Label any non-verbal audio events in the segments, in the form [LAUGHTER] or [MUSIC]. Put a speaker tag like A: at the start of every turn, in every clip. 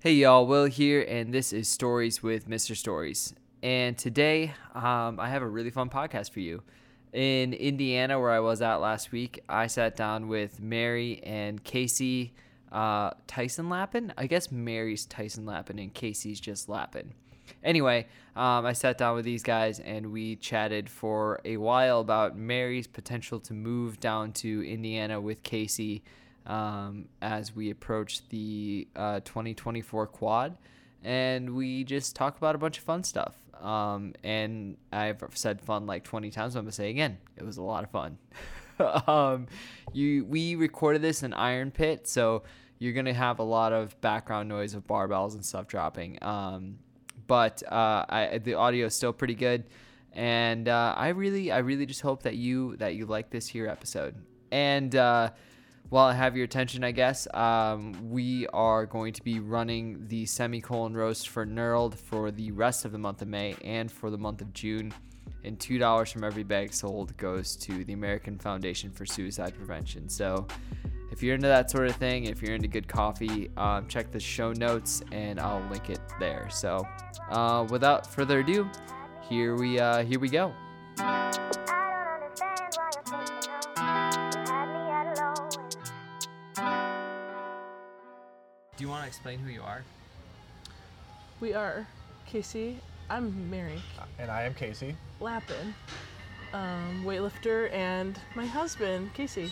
A: Hey y'all, Will here, and this is Stories with Mr. Stories. And today, um, I have a really fun podcast for you. In Indiana, where I was at last week, I sat down with Mary and Casey uh, Tyson Lappin. I guess Mary's Tyson Lappin and Casey's just Lappin. Anyway, um, I sat down with these guys and we chatted for a while about Mary's potential to move down to Indiana with Casey um, as we approach the uh, 2024 quad. And we just talk about a bunch of fun stuff. Um, and I've said fun like 20 times, but I'm going to say again, it was a lot of fun. [LAUGHS] um, you, we recorded this in Iron Pit, so you're going to have a lot of background noise of barbells and stuff dropping. Um, but uh, I, the audio is still pretty good and uh, i really i really just hope that you that you like this here episode and uh, while i have your attention i guess um, we are going to be running the semicolon roast for knurled for the rest of the month of may and for the month of june and two dollars from every bag sold goes to the american foundation for suicide prevention so if you're into that sort of thing, if you're into good coffee, um, check the show notes and I'll link it there. So, uh, without further ado, here we uh, here we go. Do you want to explain who you are?
B: We are Casey. I'm Mary
C: And I am Casey.
B: Lappin, um, weightlifter, and my husband Casey.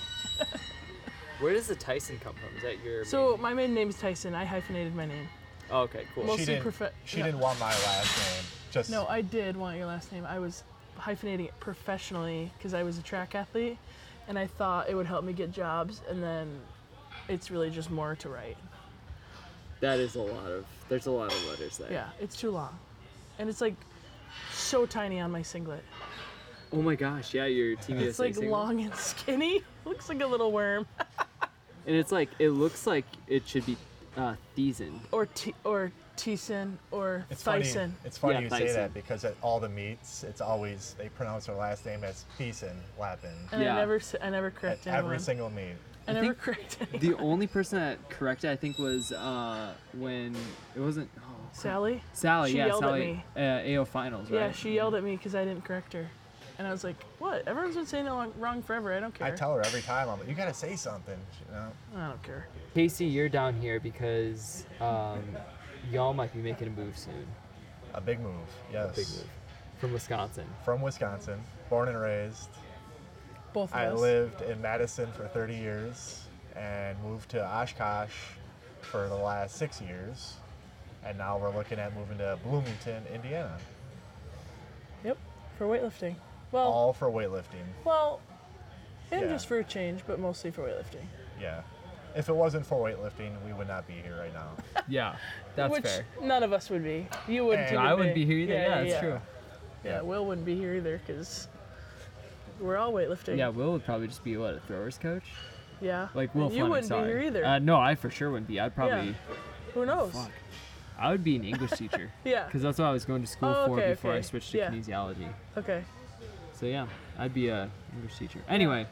A: Where does the Tyson come from? Is that your Oh,
B: So my maiden name is Tyson. I hyphenated my name.
A: okay, cool.
B: Most-
C: She
B: Mostly
C: didn't.
B: profe-
C: she
B: no.
C: didn't want my last name. Just
B: No, I did want your last name. I was hyphenating it professionally because I was a track athlete, and I thought it would help me get jobs. And then it's really just more to write.
A: That is a lot of there's a lot of letters there.
B: Yeah, it's too long, and it's like so tiny on my singlet.
A: Oh my gosh, yeah, your TV
B: It's like long and [LAUGHS] skinny. Looks like a little worm.
A: and it's like it looks like it should be uh, Thiessen.
B: or t- or Tyson or
C: It's funny.
B: uh, Tyson.
C: It's funny
A: Yeah,
C: you say
A: Thyssen.
C: that because at all the meets, it's always they pronounce her last name as Thiessen Lappin
B: And
A: Yeah.
B: I never s- I never
C: at
B: correct anyone.
C: every single meet.
B: I
A: I
B: never
A: think-
B: correct anyone.
A: The only person that corrected, I think, was uh, when it wasn't oh, crap.
B: Sally.
A: Sally,
B: She
A: yeah,
B: yelled at
A: Sally,
B: me.
A: Uh, AO finals, right?
B: Yeah, she yelled at me because I didn't correct her, and I was like, "What? Everyone's been saying it long- wrong forever. I don't care.
C: I tell her every time, I'm like, you gotta say something. You know?
B: I don't care."
A: Casey, you're down here because um, y'all might be making a move soon.
C: A big move. Yes.
A: Big move from Wisconsin.
C: From Wisconsin, born and raised.
B: Both of
C: I
B: us.
C: lived in Madison for 30 years and moved to Oshkosh for the last six years, and now we're looking at moving to Bloomington, Indiana,
B: Yep, for weightlifting. Well,
C: all for weightlifting.
B: well, and
C: Yeah.
B: just for a change, but mostly for weightlifting.
C: Yeah. If it wasn't for weightlifting, we would not be here right now.
A: [LAUGHS] Yeah, that's
B: Which
A: fair.
B: none of us would be. You wouldn't.
C: And
B: you
C: I
A: I
B: would
A: wouldn't be here either. Yeah, that's true.
B: Yeah, Will wouldn't be here either because we're all weightlifting.
A: Yeah, Will would probably just be what a thrower's coach.
B: Yeah.
A: Like Will,
B: And You
A: Fleming,
B: wouldn't
A: sorry.
B: be here either.
A: Uh, no, I for sure wouldn't be. I'd probably.
B: Who knows?
A: Fuck. I would be an English teacher.
B: [LAUGHS] Yeah.
A: Because that's what I was going to school
B: Oh,
A: for
B: okay,
A: before I
B: okay.
A: switched to
B: Yeah.
A: kinesiology.
B: Okay.
A: So yeah, I'd be a English teacher. Anyway,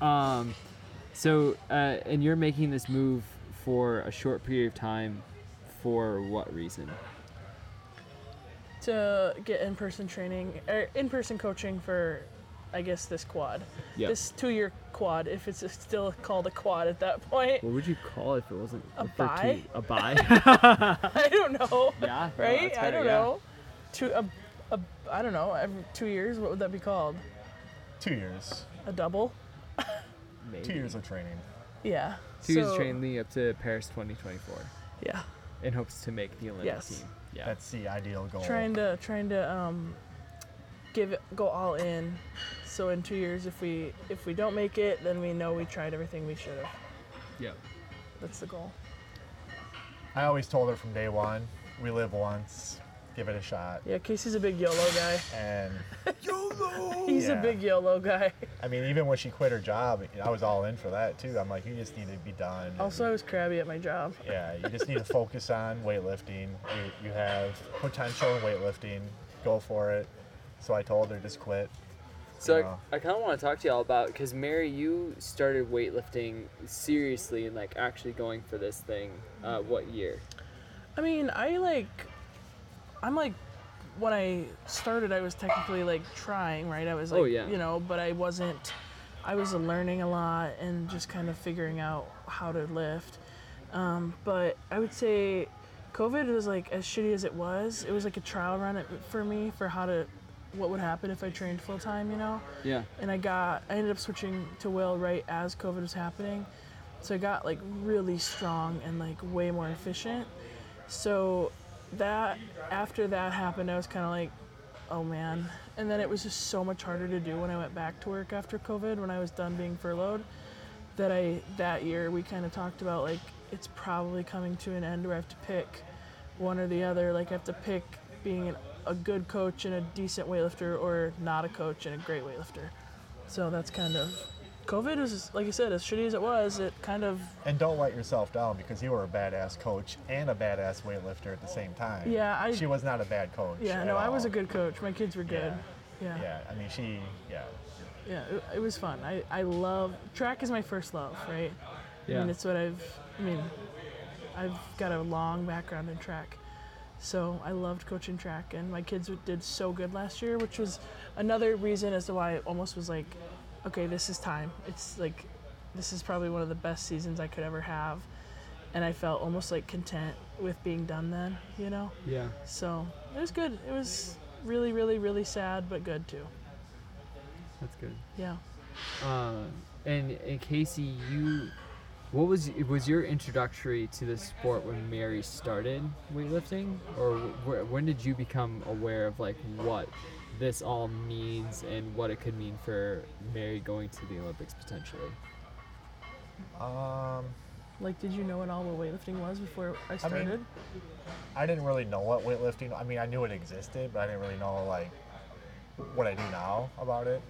A: um, so uh, and you're making this move for a short period of time, for what reason?
B: to get in-person training or in-person coaching for i guess this quad
A: Yeah.
B: this two-year quad if it's still called a quad at that point [LAUGHS]
A: What would you call it if it wasn't
B: A
A: referred
B: buy?
A: to- A [LAUGHS] buy.
B: i don't know
A: yeah. no,
B: right
A: that's
B: i
A: fair,
B: don't
A: yeah.
B: know two a, a, i don't know every two years what would that be called
C: Two years.
B: a double
A: Maybe.
C: Two years of training.
B: yeah
A: Two years
B: So-
A: training leading up to Paris 2024,
B: yeah
A: in hopes to make the Olympic
B: Yes.
A: team. Yeah.
C: That's the ideal goal.
B: trying to trying to um give it, go all in so in two years if we if we don't make it then we know we tried everything we should have
A: yeah.
B: that's the goal
C: I always told her from day one, we live once, give it a shot.
B: yeah casey's a big yolo guy
C: And
B: He's
C: Yeah.
B: a big YOLO guy. [LAUGHS]
C: I mean, even when she quit her job, I was all in for that too. I'm like, you just need to be done. And,
B: Also, I was crabby at my job.
C: yeah, you just need to focus on weightlifting. You, you have potential in weightlifting. Go for it. So I told her just quit.
A: So
C: Yeah.
A: I, I kind of want to talk to y'all about because Mary, you started weightlifting seriously and like actually going for this thing. Uh, what year?
B: I mean, I like, I'm like, when I started, I was technically like trying, right? I was like,
A: Oh, yeah.
B: you know, but I wasn't, I was learning a lot and just kind of figuring out how to lift. Um, but I would say COVID was like, as shitty as it was, it was like a trial run at- for me for how to, what would happen if I trained full time, you know?
A: Yeah.
B: and I got I ended up switching to Will right as COVID was happening. So I got like really strong and like way more efficient. So that after that happened, I was kind of like, oh man. And then it was just so much harder to do when I went back to work after COVID when I was done being furloughed that I that year we kind of talked about like it's probably coming to an end where I have to pick one or the other. Like I have to pick being an, a good coach and a decent weightlifter, or not a coach and a great weightlifter. So that's kind of COVID is like you said, as shitty as it was, it kind of
C: And don't let yourself down because you were a badass coach and a badass weightlifter at the same time.
B: Yeah, I-
C: She was not a bad coach.
B: yeah.
C: at
B: No, I
C: all.
B: was a good coach. My kids were good. Yeah,
C: Yeah.
B: yeah.
C: I mean, she. Yeah.
B: it, it was fun. I I love track is my first love, right? I mean, it's what I've. I mean, I've got a long background in track, so I loved coaching track, and my kids did so good last year, which was another reason as to why I almost was like, okay, this is time. It's like, this is probably one of the best seasons I could ever have, and I felt almost like content with being done then, you know.
A: yeah.
B: So it was good. It was really, really, really sad, but good too.
A: That's good.
B: Yeah.
A: Uh, and, and Casey, you, what was was your introductory to the sport when Mary started weightlifting, or wh- when did you become aware of like what this all means and what it could mean for Mary going to the Olympics potentially?
C: Um,
B: Like, did you know at all what weightlifting was before I
C: I
B: started?
C: mean, I didn't really know what weightlifting. I mean, I knew it existed, but I didn't really know like what I do now about it.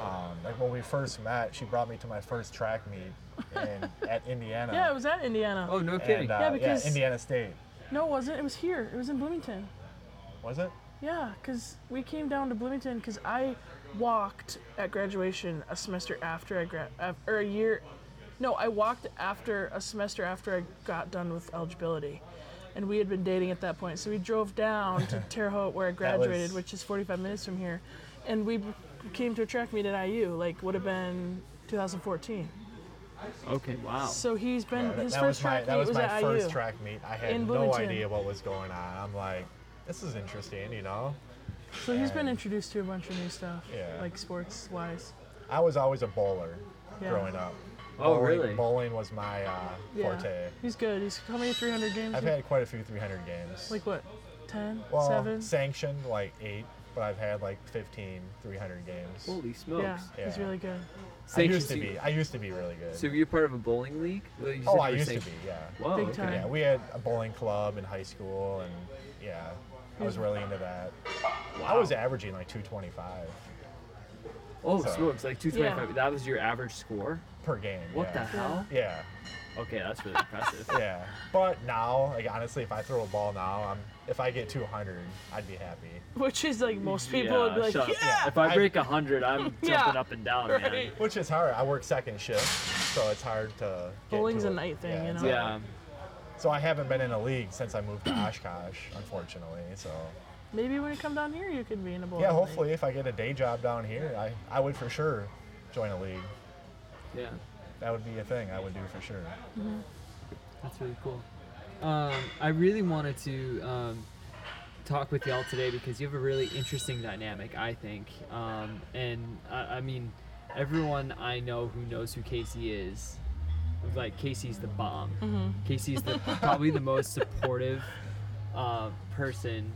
C: Um, like when we first met, she brought me to my first track meet
B: [LAUGHS]
C: in, at Indiana.
B: yeah, it was at Indiana.
A: Oh no kidding!
C: and, uh,
B: Yeah, because-
C: Indiana State
B: No, it wasn't. It was here. It was in Bloomington.
C: was it?
B: Yeah, because we came down to Bloomington because I walked at graduation a semester after I grad, or a year. No, I walked after a semester after I got done with eligibility. And we had been dating at that point. So we drove down
C: [LAUGHS]
B: to Terre Haute where I
C: That was-
B: graduated, which is 45 minutes from here. And we b- came to a track meet at IU, like, would have been 2014.
A: Okay, wow.
C: Oh,
B: So he's been,
C: That-
B: his
C: that
B: first
C: was my
B: track
C: that
B: meet
C: was,
B: was
C: my
B: at
C: first
B: IU.
C: track meet. I had
B: In
C: no
B: Bloomington.
C: idea what was going on. I'm like, this is interesting, you know.
B: So he's been
C: and-
B: introduced to a bunch of new stuff,
C: Yeah.
B: like sports wise.
C: I was always a bowler
B: Yeah.
C: growing up.
A: Oh,
C: Bowling-
A: really?
C: Bowling was my uh, forte.
B: He's good. He's how many 300 games?
C: I've had quite a few 300 games.
B: like what? 10?
C: well,
B: 7?
C: sanctioned like eight, but I've had like 15 300 games.
A: Holy smokes!
B: Yeah, he's
C: Yeah.
B: really good. [LAUGHS]
C: I
A: Sanctioned
C: used to
A: so-
C: be. I used to be really good.
A: So you're part of a bowling league? Well, you said
C: oh,
A: you
C: I
A: were
C: used to be.
A: sanctioned.
C: Yeah.
A: Whoa,
B: Big
A: okay.
B: time.
C: Yeah, we had a bowling club in high school, and yeah, I was really into that. I was averaging like 225
A: Oh,
C: So-
A: smokes! Like two
B: Yeah.
A: twenty-five. That was your average score.
C: per game.
A: What the
C: yeah.
A: hell?
C: Yeah,
A: Okay, that's really impressive.
C: yeah. But now, like honestly, if I throw a ball now, I'm if I get 200, I'd be happy.
B: Which is like most people would be like,
A: shut up.
B: yeah.
A: If I
C: I-
A: break a hundred, I'm jumping
B: [LAUGHS] Yeah.
A: up and down, man.
B: Right.
C: Which is hard. I work second shift, so it's hard to. get
B: Bowling's
C: to
B: a
C: it.
B: night thing,
C: Yeah,
B: you know?
C: exactly.
A: Yeah.
C: So I haven't been in a league since I moved to Oshkosh, unfortunately. So
B: Maybe when you come down here, you could be in a bowl.
C: yeah, hopefully, if I get a day job down here, I I would for sure join a league.
A: Yeah.
C: That would be a thing I would do for sure.
A: That's really cool. Um, I really wanted to um, talk with y'all today because you have a really interesting dynamic, I think. Um, and I, I mean, everyone I know who knows who Casey is, like Casey's the bomb. Casey's the probably the most supportive uh, person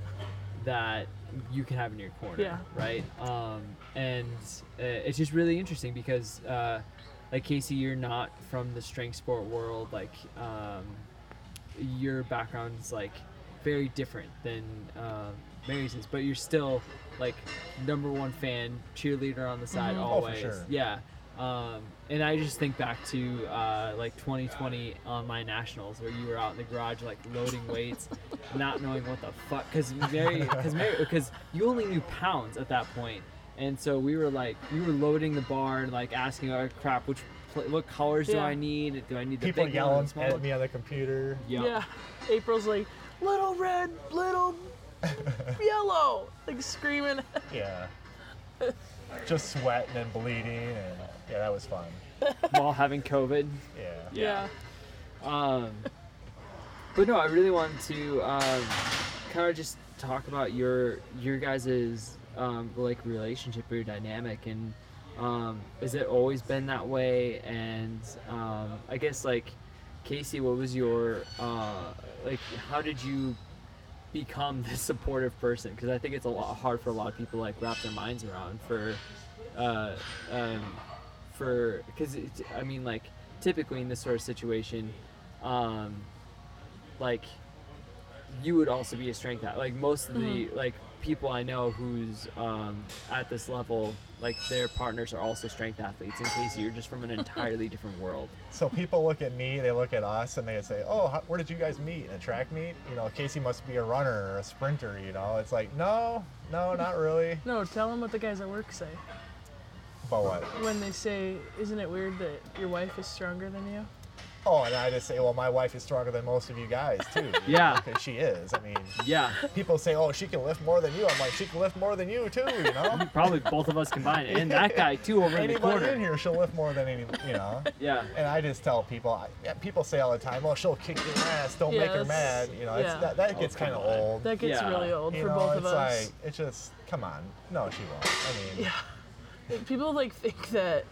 A: that you can have in your corner,
B: Yeah.
A: right? Um, and uh, it's just really interesting because, uh, like Casey, you're not from the strength sport world. Like, um, your background's like very different than uh, Mary's is, but you're still like number one fan, cheerleader on the side
C: Oh, for
A: always.
C: sure.
A: Yeah. Um, and I just think back to uh, like 2020 on my nationals where you were out in the garage like loading
C: [LAUGHS]
A: weights, not knowing what the fuck because Mary because Mary because you only knew pounds at that point, and so we were like we were loading the bar and like asking our crap which pl- what colors do
B: Yeah.
A: I need? Do I need the
C: People
A: big one or
C: yelling
A: the small
C: at
A: one?
C: me on the computer.
A: Yeah.
B: Yeah. April's like, little red,
C: [LAUGHS]
B: little yellow, like screaming. [LAUGHS]
A: [LAUGHS]
C: Yeah. Just sweating and bleeding, and yeah, that was fun.
A: while having COVID.
C: Yeah.
B: Yeah.
A: Um, but no, I really wanted to um, kind of just talk about your your guys's um, like relationship or dynamic, and um, has it always been that way? And um, I guess like Casey, what was your uh, like? How did you become [LAUGHS] this supportive person? Because I think it's a lot hard for a lot of people like wrap their minds around for. Uh, um, for because I mean like typically in this sort of situation, um, like you would also be a strength out. Like most of
B: Mm-hmm.
A: the like people I know who's um, at this level, like their partners are also strength athletes. In case you're just
B: [LAUGHS]
A: from an entirely different world.
C: So people look at me, they look at us, and they say, "Oh, how, where did you guys meet? In a track meet? You know, Casey must be a runner or a sprinter. You know." It's like, no, no, not really.
B: No, tell them what the guys at work say
C: But what?
B: when they say, "Isn't it weird that your wife is stronger than you?"
C: Oh, and I just say, "Well, my wife is stronger than most of you guys too." you know,
A: Yeah.
C: 'cause she is. I mean,
A: Yeah,
C: people say, "Oh, she can lift more than you." I'm like, "She can lift more than you too." You know.
A: [LAUGHS] probably both of us combined, and that guy too over in the
C: Anybody in
A: corner.
C: here, she'll lift more than any. You know.
A: Yeah,
C: And I just tell people, I, yeah, people say all the time, "Oh, she'll kick your ass. Don't make her
B: Yes.
C: mad." You know, it's,
B: Yeah.
C: that, that gets
A: come
C: kind of
A: on.
C: old.
B: That gets
A: Yeah.
B: really old
C: you
B: for
C: know,
B: both of
C: it's
B: us.
C: like it's just, come on. No, she won't. I
B: [LAUGHS]
C: mean,
B: Yeah. People like think that,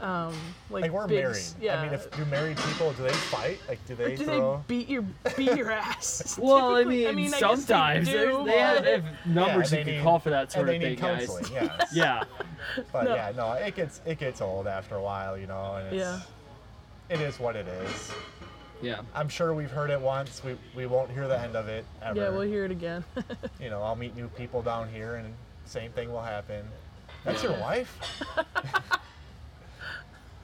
B: um, like,
C: like we're
B: big
C: married.
B: s- Yeah.
C: I mean, if do married people do they fight? Like, do they
B: [LAUGHS] do
C: throw?
B: they beat your beat your ass? [LAUGHS]
A: Well, I
B: Typically-
A: mean,
B: I guess they
A: sometimes
B: do,
A: there's- they have,
B: but-
A: they
B: [LAUGHS]
A: have numbers
C: they
A: you can
C: need-
A: call for that sort
C: and they
A: of thing,
C: need
A: guys.
C: counseling. Yes.
A: [LAUGHS] Yeah,
C: But
B: No.
C: yeah, no, it gets it gets old after a while, you know. And it's,
B: Yeah.
C: It is what it is.
A: yeah.
C: I'm sure we've heard it once. We, we won't hear the end of it ever.
B: Yeah, we'll hear it again. [LAUGHS]
C: you know, I'll meet new people down here, and same thing will happen. That's
A: Yeah.
C: your wife?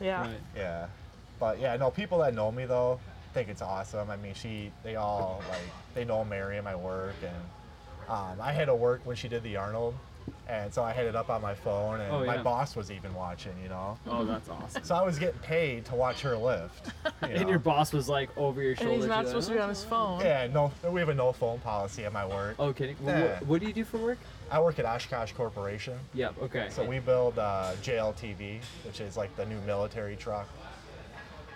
B: yeah.
A: Right.
C: Yeah. But yeah, no, people that know me though think it's awesome. I mean, she, they all like, they know Mary and my work, and um, I had to work when she did the Arnold, and so I had it up on my phone, and
A: Oh,
C: my
A: yeah.
C: boss was even watching, you know.
A: Oh, that's awesome.
C: So I was getting paid to watch
A: [LAUGHS]
C: her lift. You
A: And
C: know?
A: your boss was like over your
B: And
A: shoulder.
B: he's not
A: too,
B: supposed to
A: like,
B: be on his phone.
C: Yeah, no, we have a no phone policy at my work.
A: Oh, kidding. Wh- wh-
C: Yeah.
A: What do you do for work?
C: I work at Oshkosh Corporation.
A: Yep. Okay.
C: So we build uh, JLTV, which is like the new military truck.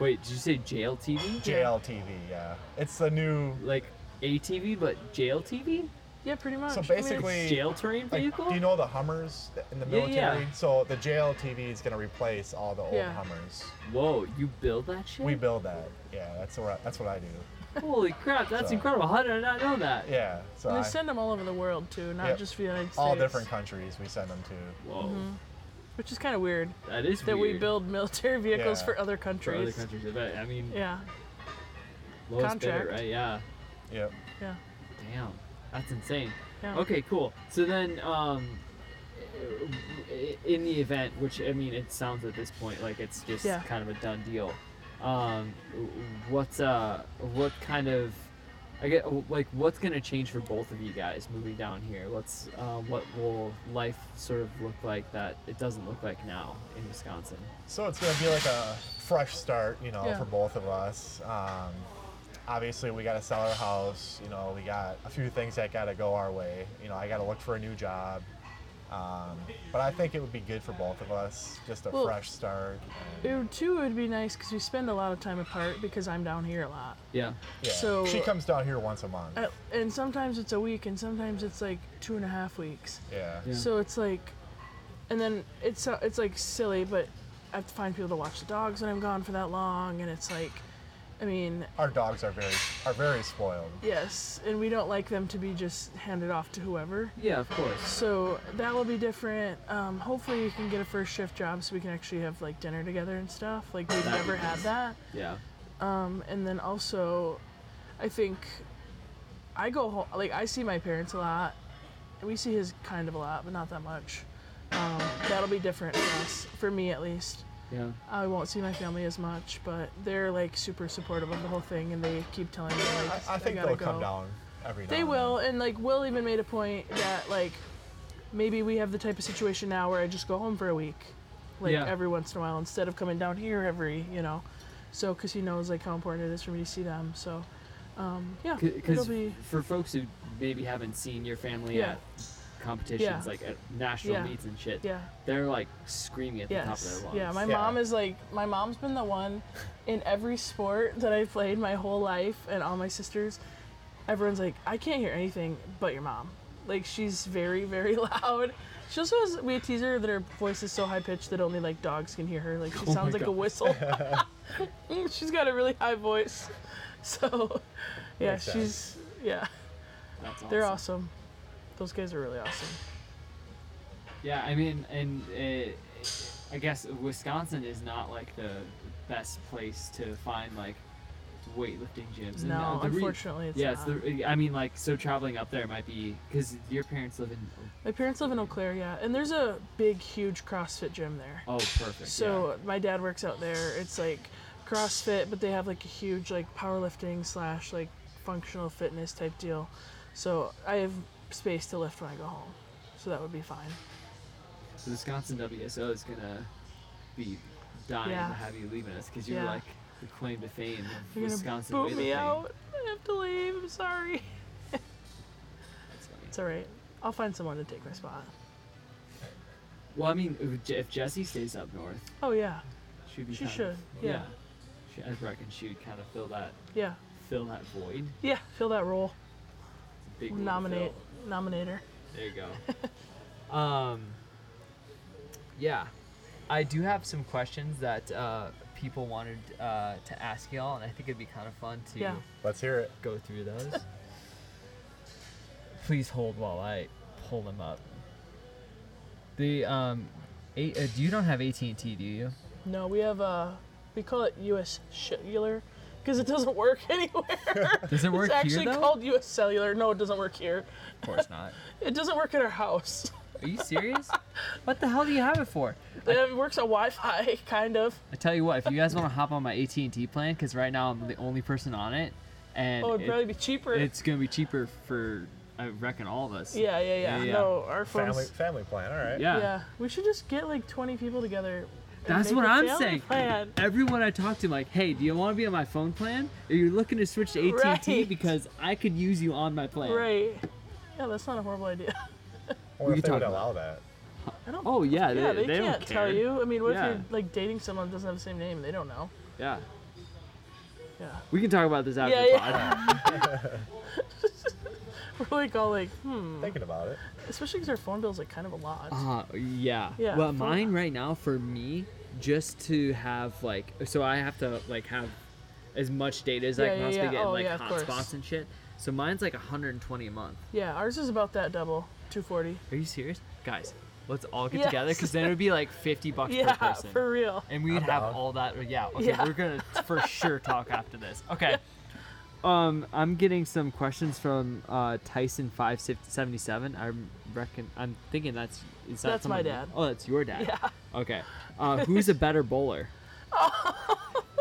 A: wait. Did you say jail TV?
C: JLTV, yeah. It's the new
A: Like ATV, but jail TV?
B: Yeah, pretty much.
C: So
B: I mean,
C: basically-
B: it's-
A: Jail terrain
C: Like,
A: vehicle?
C: do you know the Hummers th- in the
A: Yeah,
C: military?
A: yeah.
C: So the JLTV is going to replace all the old
B: Yeah.
C: Hummers.
A: Whoa! You build that shit?
C: We build that. Yeah, that's what I, that's what I do.
A: Holy crap! That's
C: So-
A: incredible. How did I not know that?
C: Yeah, so
B: and
C: I,
B: they send them all over the world too, not
C: uh, Yep.
B: just the United States.
C: all different countries we send them to.
A: Whoa.
B: Which is kind of weird
A: That is
B: Mm-hmm. that we
A: weird.
B: build military vehicles
C: Yeah.
B: for other
A: for other
B: countries.
A: countries. I bet. I mean,
B: Yeah,
A: lowest bidder,
B: contract.
A: right? Yeah.
C: Yep.
B: yeah,
A: Damn. That's insane.
B: yeah.
A: Okay, cool. So then, um, in the event, which I mean, it sounds at this point like it's just
B: Yeah.
A: kind of a done deal. Um, what's uh, what kind of, I get like what's gonna change for both of you guys moving down here? What's uh, what will life sort of look like that it doesn't look like now in Wisconsin?
C: So it's going to be like a fresh start, you know,
B: Yeah.
C: for both of us. Um, obviously, we got to sell our house. You know, we got a few things that got to go our way. You know, I got to look for a new job. Um, but I think it would be good for both of us, just a
B: Well-
C: fresh start.
B: It would, too would be nice because we spend a lot of time apart because I'm down here a lot.
A: Yeah.
C: Yeah.
B: So-
C: she comes down here once a month.
B: Uh, and sometimes it's a week, and sometimes it's like two and a half weeks.
C: yeah.
A: Yeah.
B: So it's like, and then it's so- it's like silly, but I have to find people to watch the dogs when I'm gone for that long, and it's like, I mean,
C: Our dogs are very are very spoiled.
B: yes, and we don't like them to be just handed off to whoever.
A: Yeah, of course.
B: So that will be different. Um, hopefully, we can get a first shift job so we can actually have like dinner together and stuff. Like we've
A: That'd be
B: never had
A: nice.
B: that.
A: Yeah.
B: Um, and then also, I think I go home, like, I see my parents a lot. We see his kind of a lot, but not that much. Um, that'll be different for us, for me at least.
A: Yeah.
B: I won't see my family as much, but they're like super supportive of the whole thing, and they keep telling me like
C: I, I think
B: gotta
C: they'll
B: go.
C: come down every now
B: They
C: and then.
B: will, and like Will even made a point that like maybe we have the type of situation now where I just go home for a week, like
A: Yeah.
B: every once in a while, instead of coming down here every, you know, so because he knows like how important it is for me to see them. So um, yeah, it'll
A: Because
B: be
A: for folks who maybe haven't seen your family
B: Yeah.
A: at competitions,
B: Yeah.
A: like at national
B: Yeah.
A: meets and shit,
B: yeah.
A: they're like screaming at the top of
B: Yes.
A: their lungs.
B: Yeah, my
C: Yeah.
B: mom is like my mom's been the one in every sport that I played my whole life and all my sisters. Everyone's like, I can't hear anything but your mom. Like she's very very [LAUGHS] loud. She also has we tease her that her voice is so high pitched that only like dogs can hear her. Like she
A: my
B: sounds like a
A: God.
B: whistle. [LAUGHS] she's got a really high voice. So yeah,
C: Makes sense.
B: she's yeah,
A: That's awesome.
B: they're awesome. Those guys are really awesome.
A: Yeah, I mean, and uh, I guess Wisconsin is not like the best place to find like weightlifting gyms. And, uh,
B: No,
A: the re-
B: unfortunately it's
A: yeah,
B: not.
A: it's the, I mean, like, so traveling up there might be because your parents live in.
B: My parents live in Eau Claire, yeah, and there's a big, huge CrossFit gym there.
A: Oh, perfect.
B: So my dad works out there. It's like CrossFit, but they have like a huge like powerlifting slash like functional fitness type deal. So I have space to lift when I go home, so that would be fine.
A: yeah. So Wisconsin WSO is gonna be dying
B: Yeah.
A: to have you leaving us because you're
B: Yeah.
A: like the claim to fame of
B: You're gonna
A: Wisconsin
B: boot me
A: weightlifting.
B: out. I have to leave. I'm sorry. [LAUGHS]
A: That's funny.
B: It's all right. I'll find someone to take my spot.
A: Well, I mean, if Je- if Jessie stays up north,
B: Oh yeah,
A: she'd be.
B: She
A: kind
B: should,
A: Of,
B: yeah.
A: She, I reckon she would kind of fill that
B: yeah,
A: fill that void.
B: yeah. Fill that role.
A: Big role to
B: Nominate,
A: fill.
B: nominator.
A: There you
B: [LAUGHS]
A: go. um, yeah,
D: I do have some questions that uh, people wanted uh, to ask y'all, and I think it'd be kind of fun to
B: Yeah.
C: Let's hear it.
D: go through those. Please hold while I pull them up. The um, eight, uh, you don't have AT and T, do you?
B: No, we have uh, we call it U.S. cellular because it doesn't work [LAUGHS] anywhere.
D: Does it work
B: it's actually
D: here though?
B: called U.S. cellular. No, it doesn't work here.
D: of course not.
B: It doesn't work at
A: [LAUGHS]
B: our house.
D: Are you serious? what the hell do you have it for?
B: It works on Wi-Fi, kind of.
D: I tell you what, if you guys want to hop on my AT and T plan, because right now I'm the only person on it, and
B: Oh, it'd
D: it-
B: probably be cheaper.
A: it's gonna be cheaper for I reckon all of us.
B: yeah, yeah, yeah,
A: Yeah, yeah.
B: No, our phones.
C: Family family plan. All right.
A: uh, Yeah.
B: Yeah. we should just get like 20 people together. and
A: That's
B: make
A: what
B: a
A: I'm
B: family
A: saying.
B: Plan.
A: Everyone I talk to, like, hey, do you want to be on my phone plan? Are you looking to switch to AT and T
B: Right.
A: because I could use you on my plan?
B: Right. Yeah, that's not a horrible idea. [LAUGHS]
C: I wonder
A: We
C: if they
A: can
C: would
A: talk
C: allow that.
B: I don't.
A: Oh yeah,
B: yeah,
A: they,
B: they,
A: don't
B: can't tell
A: care.
B: you. I mean, what
A: Yeah.
B: if you're like dating someone that doesn't have the same name? They don't know.
A: Yeah,
B: Yeah. [LAUGHS]
A: we can talk about this after
B: Yeah,
A: the pod.
B: yeah. We're like all like, hmm.
C: Thinking about it.
B: Especially because our phone bill's like kind of a lot.
A: Uh, yeah.
B: Yeah,
A: Well,
B: for-
A: mine right now for me, just to have like, so I have to like have as much data as I
B: Yeah,
A: can
B: yeah,
A: possibly
B: yeah.
A: get, and,
B: Oh,
A: like
B: yeah, of course.
A: hotspots and shit. So mine's like 120 a month.
B: Yeah, ours is about that double, 240.
A: Are you serious, guys? Let's all get
B: Yes.
A: together because then it would be like 50 bucks
B: [LAUGHS] Yeah,
A: per person.
B: for real.
A: and we'd
C: I'm
A: have
C: down.
A: all that. Yeah. Okay,
B: Yeah.
A: we're
B: [LAUGHS]
A: gonna for sure talk after this. Okay. Um, I'm getting some questions from uh, Tyson five seventy seven. I reckon I'm thinking that's is that
B: That's my
A: someone-
B: dad.
A: Oh, that's your dad.
B: Yeah.
A: Okay. Uh, who's a better
B: [LAUGHS]
A: bowler?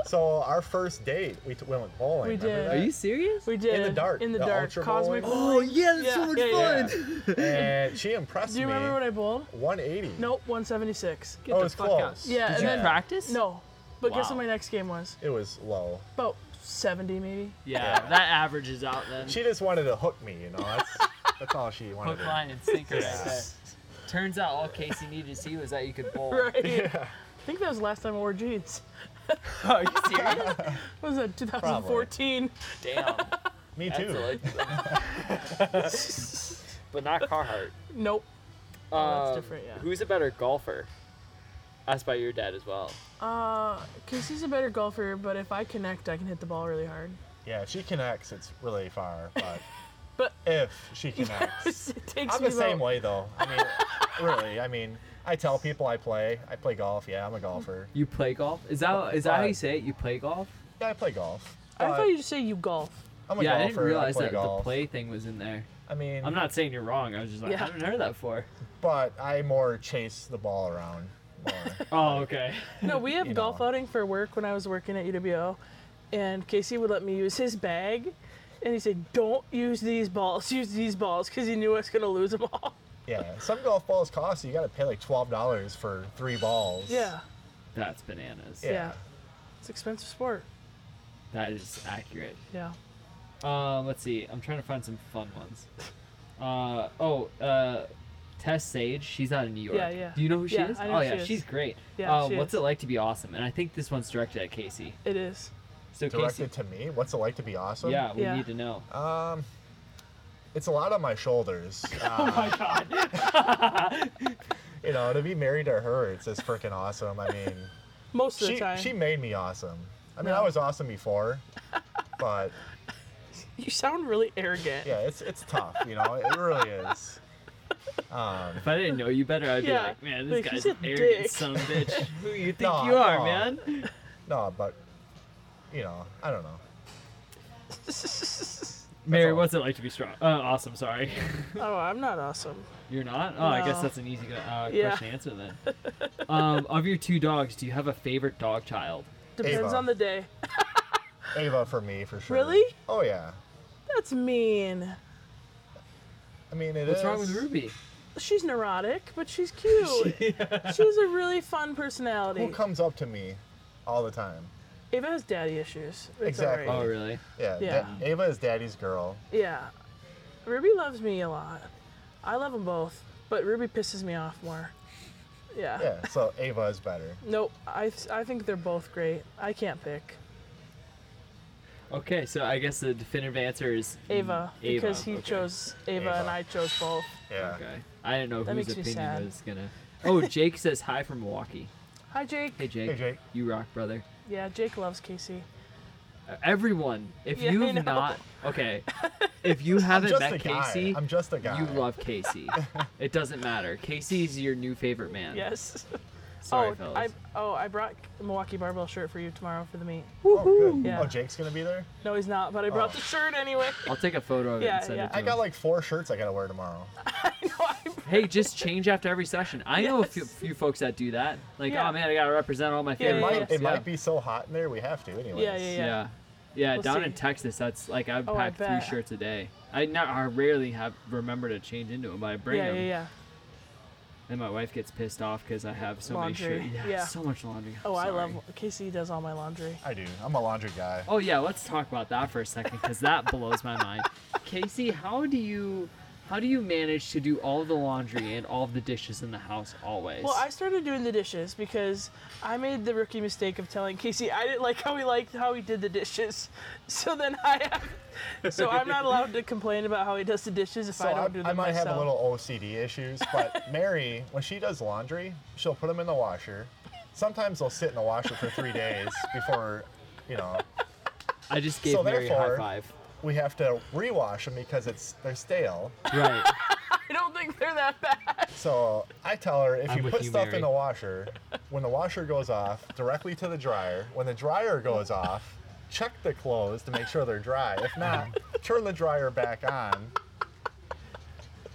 C: So our first date, we t- went bowling.
B: We
C: remember
B: did.
A: Are
C: that?
A: you serious?
B: We did.
C: dark,
B: In the,
C: the
B: dark.
C: ultra
B: Cosmic.
C: bowling.
A: Oh
B: bowling.
A: yeah, that's so
B: Yeah,
A: much
B: yeah, yeah.
A: fun.
B: [LAUGHS]
C: and she
B: [GASPS]
C: impressed
B: Do you
C: me.
B: remember when I bowled?
C: 180.
B: Nope, 176.
A: Get
C: Oh,
A: the
C: it's
A: fuck out.
C: close.
B: Yeah,
A: Did
B: and
A: you
B: then-
A: practice?
B: No. But guess what
A: Wow.
B: my next game was?
C: It was low.
B: About 70
C: [LAUGHS]
B: maybe.
A: Yeah, that averages out then.
C: She just wanted to hook me, you
A: [LAUGHS]
C: know. That's, that's all she wanted.
A: Hook,
C: to do.
A: line, and sinker. right
C: Yeah.
A: there. Turns out all Casey needed to see was that you could bowl.
B: [LAUGHS] Right.
C: Yeah.
B: I think that was the last time I wore jeans. [LAUGHS]
A: Are you serious?
B: What was that 2014?
A: Damn.
C: Me
A: That's
C: too.
D: [LAUGHS]
A: elite. [LAUGHS] but not Carhartt.
B: Nope. Oh, that's
A: Um,
B: different, yeah.
A: Who's a better golfer? Asked by your dad as well.
B: Uh, Casey's a better golfer, but if I connect, I can hit the ball really hard.
C: Yeah, if she connects, it's really far. But
B: [LAUGHS] But
C: if she
B: [LAUGHS]
C: connects,
B: it takes
C: I'm
B: me
C: the same
B: about-
C: way though. I mean, [LAUGHS] really. I mean, I tell people I play. I play golf. Yeah, I'm a golfer.
D: You play golf? Is that is
A: Uh,
D: that how you say it? You play golf?
C: Yeah, I play golf.
B: I
C: but
B: thought you just say you
C: [LAUGHS]
B: golf.
C: I'm a
D: yeah,
C: golfer.
D: I didn't realize
C: play
D: that
C: golf.
D: the play thing was in there.
C: I mean,
A: I'm not saying you're wrong. I was just like,
B: Yeah.
A: I haven't heard that
D: [LAUGHS]
A: before.
C: but I more chase the ball around.
D: [LAUGHS]
C: More.
A: Oh, okay.
B: No, we have
C: You
B: golf
C: know.
B: outing for work when I was working at UWO, and Casey would let me use his bag, and he said, "Don't use these balls. Use these balls," because he knew I was gonna lose them all.
C: yeah, some golf balls cost you. You got to pay like twelve dollars for three balls.
B: Yeah,
A: That's bananas.
B: yeah. It's an expensive sport.
A: That is accurate.
B: Yeah.
A: Um, let's see. I'm trying to find some fun ones. Uh, oh, uh, Tess Sage. She's out of New York.
B: Yeah, yeah.
A: Do you know who she
B: Yeah,
A: is?
B: I know
A: oh
B: who
A: yeah,
B: she is.
A: she's great.
B: Yeah,
A: Uh,
B: she
A: what's
B: is.
A: it like to be awesome? And I think this one's directed at Casey.
B: It is.
A: So
C: Directed to me. What's it like to be awesome?
A: Casey. Yeah, we
B: Yeah.
A: need to know.
C: Um, it's a lot on
D: [LAUGHS]
C: my shoulders.
A: Oh my [LAUGHS]
C: Uh,
A: god.
C: you know, to be married to her, it's just freaking awesome. I mean,
B: [LAUGHS] Most of
C: she
B: the time.
C: she made me awesome. I mean,
B: No.
C: I was awesome
B: [LAUGHS]
C: before, but
B: You sound really arrogant. [LAUGHS]
C: yeah, it's it's tough. You know, it really is. Um,
A: if I didn't know you better, I'd
B: Yeah.
A: be like, man, this
B: Like,
A: guy's
B: he's
A: an
B: a
A: arrogant
B: dick."
A: son of a
B: [LAUGHS]
A: bitch. Who you think
C: No,
A: you are,
C: no.
A: man?
C: no, but you know, I don't know.
A: Mary,
C: all.
A: what's it like to be strong? Uh, awesome. Sorry. [LAUGHS]
B: Oh, I'm not awesome.
A: You're not? Oh, I guess
B: No.
A: that's an easy uh,
B: Yeah.
A: question to answer then.
B: [LAUGHS]
A: um, of your two dogs, do you have a favorite dog child?
B: Depends
C: Ava.
B: on the day.
C: Ava for me for sure.
B: Really?
C: Oh yeah.
B: That's mean.
C: I mean, it is.
A: What's wrong with Ruby?
B: She's neurotic, but
C: [LAUGHS]
B: she's cute. she's a really fun personality.
C: Who comes up to me all the time?
B: Ava has daddy issues. It's
C: Exactly.
A: oh,
B: alright.
A: really?
C: Yeah.
B: Yeah.
C: Da- Ava is daddy's girl.
B: Yeah. Ruby loves me a lot. I love them both, but Ruby pisses me off more. Yeah.
C: Yeah. So Ava is better.
B: Nope. I, I think they're both great. I can't pick
A: Okay, so I guess the definitive answer is
B: Ava
A: Mm. Ava,
B: because he
A: okay.
B: chose Ava, and
C: Ava.
B: I chose both.
C: Yeah.
A: Okay. I didn't know
B: That
A: whose
B: makes me
A: opinion
B: sad.
A: was gonna. Oh, Jake says hi from Milwaukee.
B: Hi, Jake.
A: Hey Jake.
C: Hey, Jake.
A: You rock, brother. Uh,
B: Yeah, Jake loves Casey.
A: Everyone, if
B: Yeah, I
A: you've
B: know.
A: not
B: [LAUGHS]
A: okay, if you haven't
C: just a
A: met
C: guy.
A: Casey,
C: I'm just a guy.
A: you love
C: [LAUGHS]
A: Casey. it doesn't matter. Casey's your new favorite man.
B: Yes.
A: Sorry,
B: oh,
A: fellas.
B: I oh I brought a Milwaukee Barbell shirt for you tomorrow for the meet.
C: Oh, good.
B: Yeah.
C: oh, Jake's gonna be there.
B: No, he's not, but I brought
C: Oh.
B: the shirt anyway. [LAUGHS]
A: I'll take a photo of it
B: Yeah,
A: and send
B: yeah.
A: it to
C: I
A: him.
C: got like four shirts I gotta wear tomorrow.
A: hey, just change after every session. I know a few,
B: Yes.
A: few folks that do that. Like,
B: Yeah.
A: oh man, I gotta represent all my
B: Yeah,
A: favorite
C: it
B: yeah,
C: might,
A: folks.
C: it might be so hot in there. We have to anyway.
B: Yeah, yeah,
A: Yeah, yeah.
B: We'll
A: down in
B: see.
A: Texas, that's like I've
B: Oh, I
A: packed three
B: bet.
A: shirts a day. I not I rarely have remember to change into them, but I bring
B: yeah,
A: them.
B: yeah, yeah.
A: And my wife gets pissed off because I have so
B: Laundry,
A: many shirts.
B: yeah.
A: so much laundry. I'm
B: Oh, I love
A: sorry.
B: Casey does all my laundry.
C: I do. I'm a laundry guy.
A: Oh yeah, let's talk about that for a second because
B: [LAUGHS]
A: that blows my mind. Casey, how do you how do you manage to do all the laundry and all the dishes in the house always?
B: Well, I started doing the dishes because I made the rookie mistake of telling Casey I didn't like how he liked how he did the dishes. [LAUGHS] So then I have, so I'm not allowed to complain about how he does the dishes if
C: So
B: I don't
C: I,
B: do them
C: I might
B: myself.
C: have a little OCD issues,
B: [LAUGHS]
C: but Mary, when she does laundry, she'll put them in the washer. Sometimes they'll sit in the washer for three days before, you know,
A: I just gave
C: so
A: Mary a high
C: therefore-
A: five.
C: we have to rewash them because it's they're stale.
A: Right. [LAUGHS]
B: I don't think they're that bad.
C: So I tell her if
A: I'm
C: you
A: with
C: put
A: you,
C: stuff
A: Mary.
C: in the washer, when the washer goes off, directly to the dryer. When the dryer goes off, check the clothes to make sure they're dry. If not, turn the dryer back on.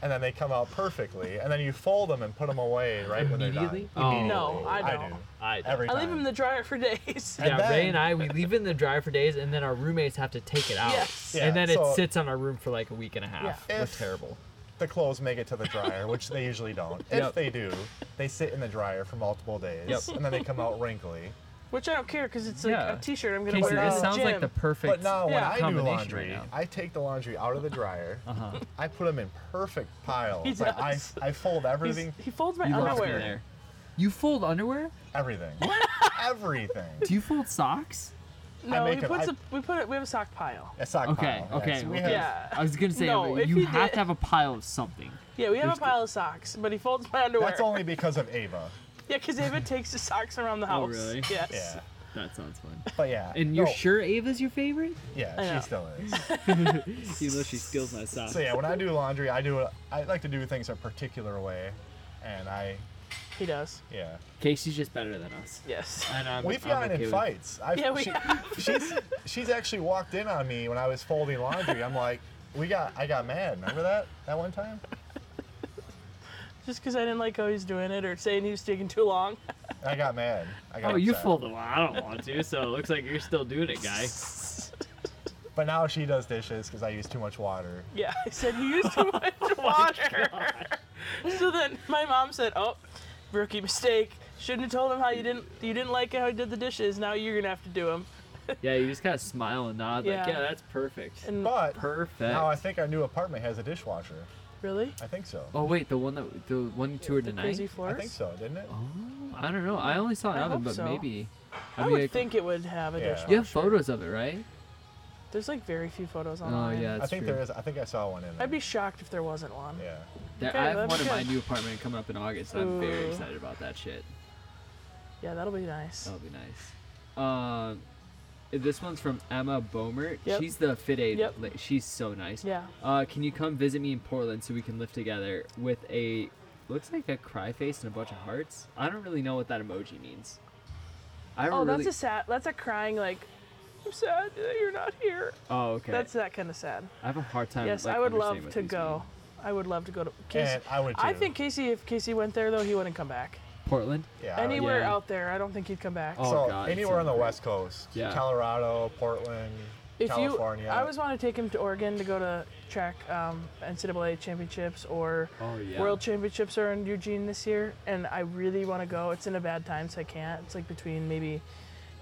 C: And then they come out perfectly. And then you fold them and put them away right when they're done.
A: Immediately? Oh.
C: Immediately.
B: No, I
C: I do.
B: don't.
A: I
C: Every
B: I
C: time.
B: leave him in the dryer for days.
C: And
A: yeah,
C: then-
A: Ray and [LAUGHS] I, we leave it in the dryer for days, and then our roommates have to take it out.
B: Yes.
C: Yeah,
A: and then
C: so-
A: it sits on our room for like a week and a half.
C: Yeah.
A: We're
C: If-
A: terrible.
C: the clothes make it to the dryer, which they usually don't. If
A: Yep.
C: they do, they sit in the dryer for multiple days.
A: Yep.
C: And then they come out wrinkly.
B: Which I don't care because it's like
A: Yeah.
B: a T-shirt I'm gonna
A: Casey,
B: wear
A: this
B: to the
A: sounds
B: gym.
A: like the perfect.
C: But now
B: Yeah.
C: when I do
A: combination
C: laundry,
A: right now.
C: I take the laundry out of the dryer.
A: [LAUGHS] Uh-huh.
C: I put them in perfect piles.
B: He
C: like I,
B: does.
C: I fold
B: He's-
C: everything,
B: he folds my
A: You lost me
B: underwear.
A: there. You fold underwear?
C: everything, everything.
A: Do you fold socks?
B: No,
C: make
B: he
C: him-
B: puts
C: I-
B: a we put it we have a sock pile.
C: A sock
A: Okay,
C: pile.
A: okay,
C: yes. We
A: okay.
C: have-
B: Yeah.
A: I was gonna say,
B: No,
A: but
B: if
A: you
B: he
A: have
B: did-
A: to have a pile of something.
B: Yeah, we have
A: There's
B: a
A: the-
B: pile of socks, but he folds my underwear.
C: That's only because of Ava.
B: Yeah, because Ava takes the socks around the house.
A: Oh, really?
B: Yes.
C: Yeah.
A: That sounds fun.
C: But yeah.
A: And you're
C: no,
A: sure Ava's your favorite?
B: I
C: Yeah,
B: know.
C: she still is.
A: She literally steals my socks.
C: So yeah, when I do laundry, I do it. I like to do things a particular way, and I
B: He does.
C: yeah.
A: Casey's just better than us.
B: Yes.
A: And I'm,
C: We've
A: I'm
C: gotten
A: okay with-
C: in fights. I've,
B: Yeah, we
C: she, [LAUGHS] she's she's actually walked in on me when I was folding laundry. I'm like, we got I got mad. Remember that that one time?
B: Just because I didn't like how he's doing it or saying he was taking too long. [LAUGHS]
C: I got mad. I got
A: Oh, you
C: upset.
A: fold them. I don't want to. So it looks like you're still doing it, guy.
C: But now she does dishes because I use too much water.
B: Yeah, I said he used
A: [LAUGHS]
B: too much
A: Oh
B: water. [LAUGHS] so then my mom said, "Oh, rookie mistake. Shouldn't have told him how you didn't you didn't like how he did the dishes. Now you're gonna have to do them."
A: Yeah, you just kind of smile and nod, like,
B: Yeah.
A: yeah, that's perfect.
B: And
C: But
A: Mm. Perfect.
C: now I think our new apartment has a dishwasher.
B: really,
C: I think so.
A: Oh wait, the one that the one you toured
B: the
A: tonight.
B: crazy
C: I
B: floors.
C: think so, didn't it?
A: Oh, I don't know. I only saw an
B: I
A: oven,
B: hope
A: but
B: so.
A: maybe.
B: I would think it would have a
C: Yeah.
B: dishwasher.
A: you have photos of it, right?
B: There's like very few photos
A: Oh
B: online.
A: yeah,
C: I
A: that's
C: think
A: true.
C: there is. I think I saw one in there.
B: I'd be shocked if there wasn't one.
C: Yeah.
A: There-
B: Okay,
A: I have
B: that's
A: one in my
B: good.
A: new apartment coming up in August. and I'm very
B: Ooh.
A: excited about that shit.
B: Yeah, that'll be nice.
A: That'll be nice. Um, this one's from Emma Bomer.
B: Yep.
A: She's the fit aid.
B: Yep.
A: la- She's so nice.
B: Yeah.
A: Uh, can you come visit me in Portland so we can live together with a looks like a cry face and a bunch of hearts? I don't really know what that emoji means. I don't
B: Oh,
A: really.
B: that's a sad. That's a crying like. I'm sad that you're not here.
A: oh, okay.
B: That's that kind of sad.
A: I have a hard time.
B: yes,
A: like,
B: I would
A: understanding
B: love
A: what
B: to
A: these
B: go.
A: mean.
B: I would love to go to Casey.
C: And I would too.
B: I think Casey, if Casey went there though, he wouldn't come back.
A: Portland.
C: Yeah. I would-
B: Anywhere
A: Yeah.
B: out there, I don't think he'd come back.
A: Oh,
C: so
A: God, it
C: anywhere
A: sounds
C: on the
A: great.
C: West Coast,
A: Yeah.
C: Colorado, Portland,
B: if
C: California.
B: you, I always want to take him to Oregon to go to track um, NCAA championships or
A: Oh yeah.
B: World Championships are in Eugene this year, and I really want to go. It's in a bad time, so I can't. It's like between maybe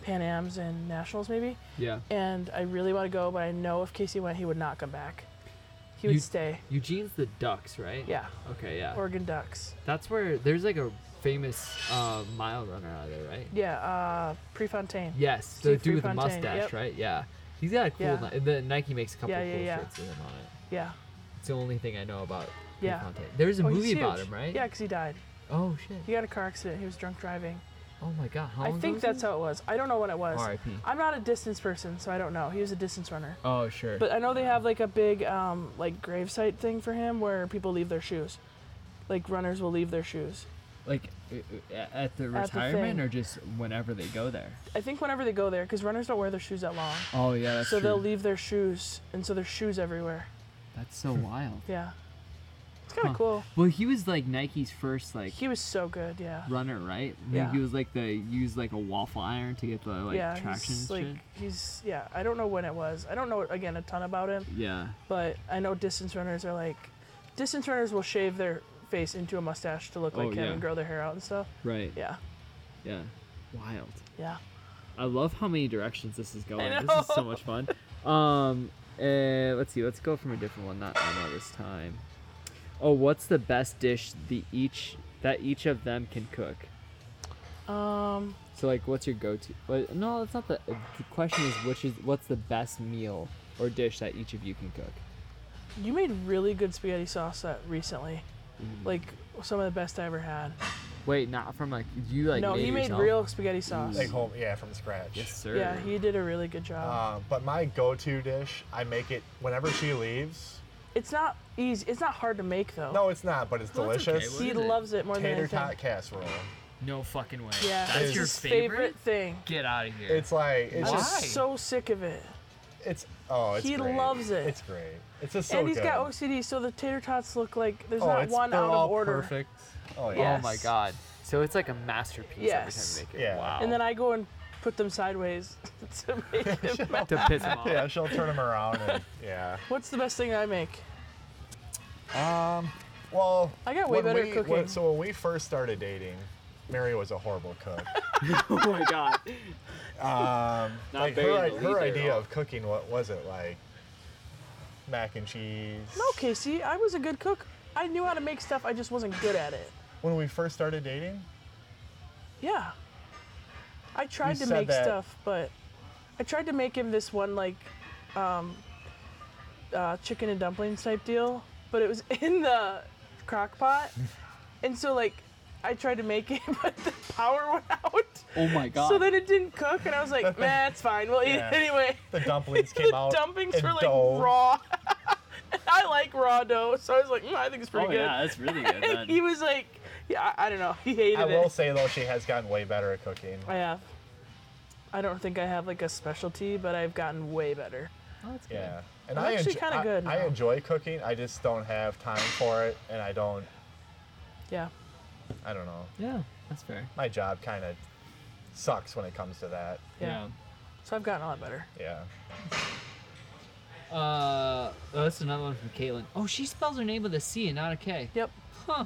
B: Pan Am's and Nationals, maybe.
A: yeah.
B: And I really want to go, but I know if Casey went, he would not come back. He would
A: You-
B: stay.
A: Eugene's the Ducks, right?
B: Yeah,
A: Okay. Yeah.
B: Oregon Ducks.
A: That's where there's like a famous uh, mile runner out there, right?
B: Yeah, uh, Prefontaine.
A: Yes, the
B: Steve
A: dude with the
B: Prefontaine,
A: mustache,
B: yep.
A: right? Yeah, he's got a cool.
B: Yeah.
A: Ni- the Nike makes a couple
B: Yeah, yeah,
A: cool
B: yeah.
A: shirts with him on it.
B: Yeah,
A: It's the only thing I know about.
B: Yeah.
A: Prefontaine. There's a
B: Oh, he's
A: movie about
B: huge.
A: him, right?
B: Yeah, because he died.
A: Oh shit.
B: He got in a car accident. He was drunk driving.
A: Oh my god. How
B: I
A: long ago
B: think
A: was
B: that's
A: that?
B: how it was. I don't know when it was.
A: R.I.P.
B: I'm not a distance person, so I don't know. He was a distance runner.
A: Oh sure.
B: But uh, I know they have like a big um, like gravesite thing for him where people leave their shoes. Like runners will leave their shoes.
A: like uh, uh, at the
B: At the
A: retirement
B: thing.
A: or just whenever they go there.
B: I think whenever they go there, because runners don't wear their shoes that long,
A: Oh yeah, that's
B: so
A: true.
B: they'll leave their shoes, and so there's shoes everywhere.
A: That's so wild.
B: Yeah, it's kind of
A: Huh.
B: cool.
A: Well, he was like Nike's first like
B: He was so good. Yeah.
A: runner, right? Like,
B: Yeah.
A: He was like the used like a waffle iron to get the like
B: yeah,
A: traction. and
B: he's like
A: shit.
B: he's yeah. I don't know when it was. I don't know again a ton about him,
A: Yeah.
B: but I know distance runners are like, distance runners will shave their face into a mustache to look like
A: Oh,
B: him
A: yeah.
B: and grow their hair out and stuff.
A: Right.
B: Yeah,
A: Yeah. Wild.
B: yeah.
A: I love how many directions this is going.
B: I
A: This is so
B: know.
A: much fun. Um, eh, let's see. Let's go from a different one. Not Emma this time. Oh, what's the best dish the each that each of them can cook?
B: Um,
A: So like, what's your go-to? But no, that's not the. The question is which is what's the best meal or dish that each of you can cook?
B: You made really good spaghetti sauce that recently. Like some of the best I ever had.
A: Wait, not from like you like.
B: no,
A: made
B: he
A: it
B: made
A: yourself?
B: real spaghetti sauce.
C: Like home, yeah, from scratch.
A: Yes, sir.
B: yeah, he did a really good job.
C: Uh, but my go-to dish, I make it whenever she leaves.
B: it's not easy. It's not hard to make though.
C: No, it's not, but it's
A: Well, that's
C: delicious.
A: okay.
B: he
A: is it?
B: loves it more
C: Tater
B: than
C: tot
B: anything.
C: casserole.
A: No fucking way.
B: Yeah,
C: That's
B: it's
C: your
B: his favorite, thing.
A: Get out of here.
C: It's like it's
B: I'm
C: just
A: Why?
B: just so sick of it.
C: it's oh, it's
B: He
C: great.
B: loves it.
C: It's great. It's just so
B: and he's
C: he's
B: got OCD, so the tater tots look like there's
C: oh,
B: not
C: it's,
B: one
C: they're
B: out
C: all
B: of order.
C: perfect. Oh yeah.
B: Yes.
A: Oh my god. So it's like a masterpiece
B: Yes.
A: every time you make it.
C: Yeah.
A: Wow.
B: And then I go and put them sideways [LAUGHS] to
C: [LAUGHS]
B: make him. mad.
A: to piss him off.
C: Yeah, she'll turn them around. And, yeah.
B: What's the best thing I make?
C: Um. Well.
B: I got way
C: when
B: better
C: we,
B: at cooking.
C: When, so when we first started dating, Mary was a horrible cook.
A: [LAUGHS] oh my god.
C: Um,
A: [LAUGHS] Not
C: like
A: very
C: her,
A: elite
C: her
A: at
C: idea
A: all.
C: of cooking, what was it like? Mac and cheese.
B: No, Casey, I was a good cook. I knew how to make stuff, I just wasn't good at it.
C: When we first started dating,
B: Yeah. I tried to
C: said
B: make
C: that-
B: stuff, but I tried to make him this one like um, uh, chicken and dumplings type deal, but it was [LAUGHS] in the crock
C: [LAUGHS]
B: pot. and so like I tried to make it, [LAUGHS] but the power went out.
A: Oh my god.
B: So then it didn't cook, and I was
C: [LAUGHS]
B: like, man, it's fine. We'll eat
C: Yeah.
B: it [LAUGHS] anyway. [LAUGHS]
C: the dumplings came
B: the
C: out.
B: dumplings
C: in
B: were like
C: dough.
B: raw. [LAUGHS] and I like raw dough, so I was like, mm, I think it's pretty
A: oh
B: good.
A: yeah, that's really [LAUGHS] good.
B: And
A: Then.
B: [LAUGHS] he was like, yeah, I, I don't know. He hated
C: I will
B: it.
C: say though, she has gotten way better at cooking.
B: I have. Oh, I don't think I have like a specialty, but I've gotten way better.
A: Oh, that's good.
C: Yeah, and
B: I'm
C: I
B: actually
C: enjo-
B: kinda
C: I-
B: good
C: I,
B: now.
C: enjoy cooking. I just don't have time for it, and I don't.
B: Yeah.
C: I don't know.
A: Yeah, that's fair.
C: My job kind of sucks when it comes to that.
B: Yeah. So I've gotten a lot better.
C: Yeah.
A: Yeah. Uh, oh, that's another one from Caitlin. Oh, she spells her name with a C and not a K.
B: Yep.
A: Huh.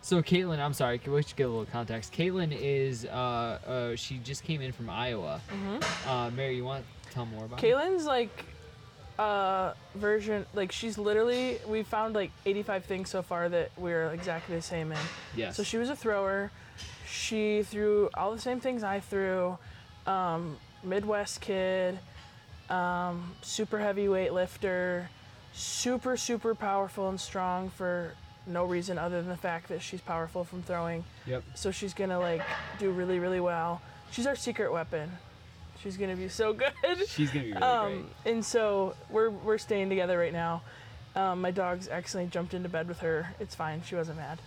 A: So Caitlin, I'm sorry. We should give a little context. Caitlin is uh, uh she just came in from Iowa. Uh, Mary, you want tell more about it?
B: Kaylin's like uh version like she's literally we found like 85 things so far that we're exactly the same in.
A: Yes.
B: So she was a thrower. She threw all the same things I threw. Um, Midwest kid, um, super heavy weightlifter, super super powerful and strong for no reason other than the fact that she's powerful from throwing.
A: Yep. [LAUGHS]
B: So she's gonna like do really really well. She's our secret weapon. She's gonna be so [LAUGHS] good.
A: She's gonna be really
B: Um, and so we're we're staying together right now. Um, my dog's accidentally jumped into bed with her. It's fine. She wasn't mad.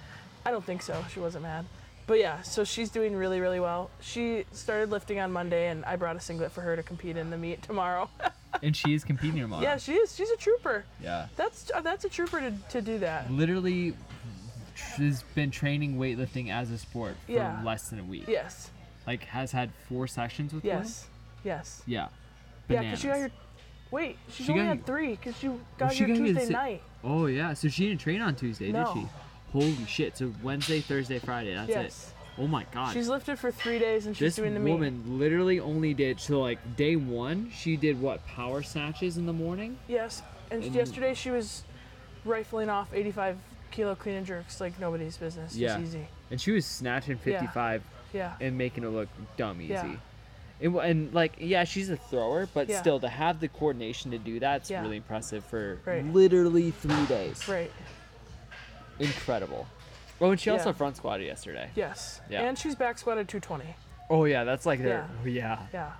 B: I don't think so. She wasn't mad. But yeah, so she's doing really really well. She started lifting on Monday, and I brought a singlet for her to compete in the meet tomorrow. [LAUGHS]
A: great. And she is competing tomorrow.
B: yeah, she is. She's a trooper.
A: Yeah.
B: That's uh, that's a trooper to, to do that.
A: Literally, she's been training weightlifting as a sport for
B: Yeah.
A: less than a week.
B: Yes.
A: Like has had four sessions with one?
B: Yes. Yes.
A: Yeah.
B: Yeah, because she got
A: Bananas.
B: your. Wait, she's
A: She
B: only
A: got
B: had
A: your-
B: three because you got
A: she
B: your
A: got your
B: Tuesday
A: si-
B: night.
A: Oh yeah, so she didn't train on Tuesday,
B: No.
A: did she? Holy shit! So Wednesday, Thursday, Friday. That's
B: Yes.
A: it. Oh my god.
B: She's lifted for three days and she's
A: this
B: doing the meet.
A: woman literally only did so like day one. She did what power snatches in the morning.
B: Yes, and,
A: And-
B: yesterday she was rifling off 85 kilo clean and jerks like nobody's business.
A: Yeah.
B: It's easy.
A: And she was snatching 55
B: Yeah.
A: and making it look dumb easy.
B: Yeah.
A: And, wh- and like yeah, she's a thrower, but
B: Yeah.
A: still to have the coordination to do that's
B: Yeah.
A: really impressive for
B: Right.
A: literally three days.
B: Right.
A: Incredible. Oh, and she also
B: Yeah.
A: front squatted yesterday.
B: Yes.
A: Yeah.
B: And she's back squatted 220.
A: Oh yeah, that's like their
B: Yeah.
A: oh, yeah
B: Yeah.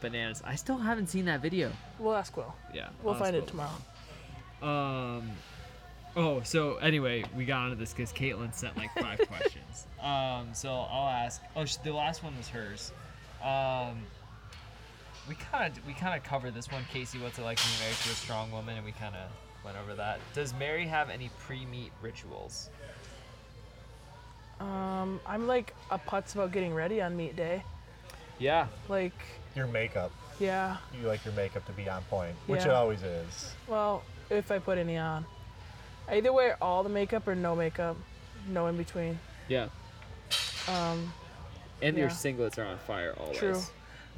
A: bananas. I still haven't seen that video.
B: We'll ask Will.
A: Yeah,
B: We'll find it
A: possible.
B: tomorrow.
A: Um. Oh, so anyway, we got onto this because Caitlin sent like five questions. Um, so I'll ask. Oh, sh- the last one was hers. Um, we kind of we kind of covered this one, Casey. What's it like to be married to a strong woman? And we kind of went over that. Does Mary have any pre-meet rituals?
B: Um, I'm like a putz about getting ready on meet day.
A: Yeah.
B: Like,
C: Your makeup.
B: yeah.
C: You like your makeup to be on point, which it
B: Yeah.
C: always is.
B: Well, if I put any on, I either wear all the makeup or no makeup, no in between.
A: Yeah.
B: Um,
A: And
B: your Yeah.
A: singlets are on fire always.
B: True.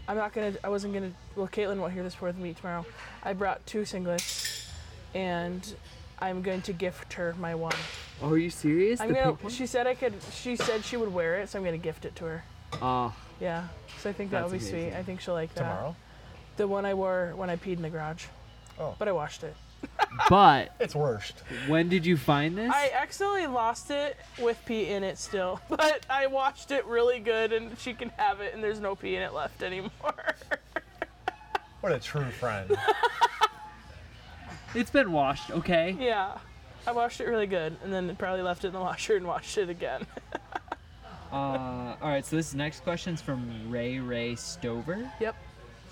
B: I'm not gonna. I wasn't gonna. Well, Caitlin won't hear this before the meet tomorrow. I brought two singlets, and I'm going to gift her my one.
A: Oh, are you serious?
B: I'm gonna. She said I could. She said she would wear it, so I'm gonna gift it to her.
A: Uh,
B: Yeah. So I think that'll be
A: That's
B: sweet.
A: amazing.
B: I think she'll like that.
C: Tomorrow?
B: The one I wore when I peed in the garage,
C: Oh.
B: but I washed it.
A: but
C: It's worst.
A: when did you find this?
B: I accidentally lost it with pee in it still, [LAUGHS] but I washed it really good, and she can have it, and there's no pee in it left anymore. [LAUGHS]
C: What a true friend.
A: It's been washed, okay?
B: Yeah. I washed it really good and then probably left it in the washer and washed it again.
A: Uh, all right, so this next question's from Ray Ray Stover.
B: Yep.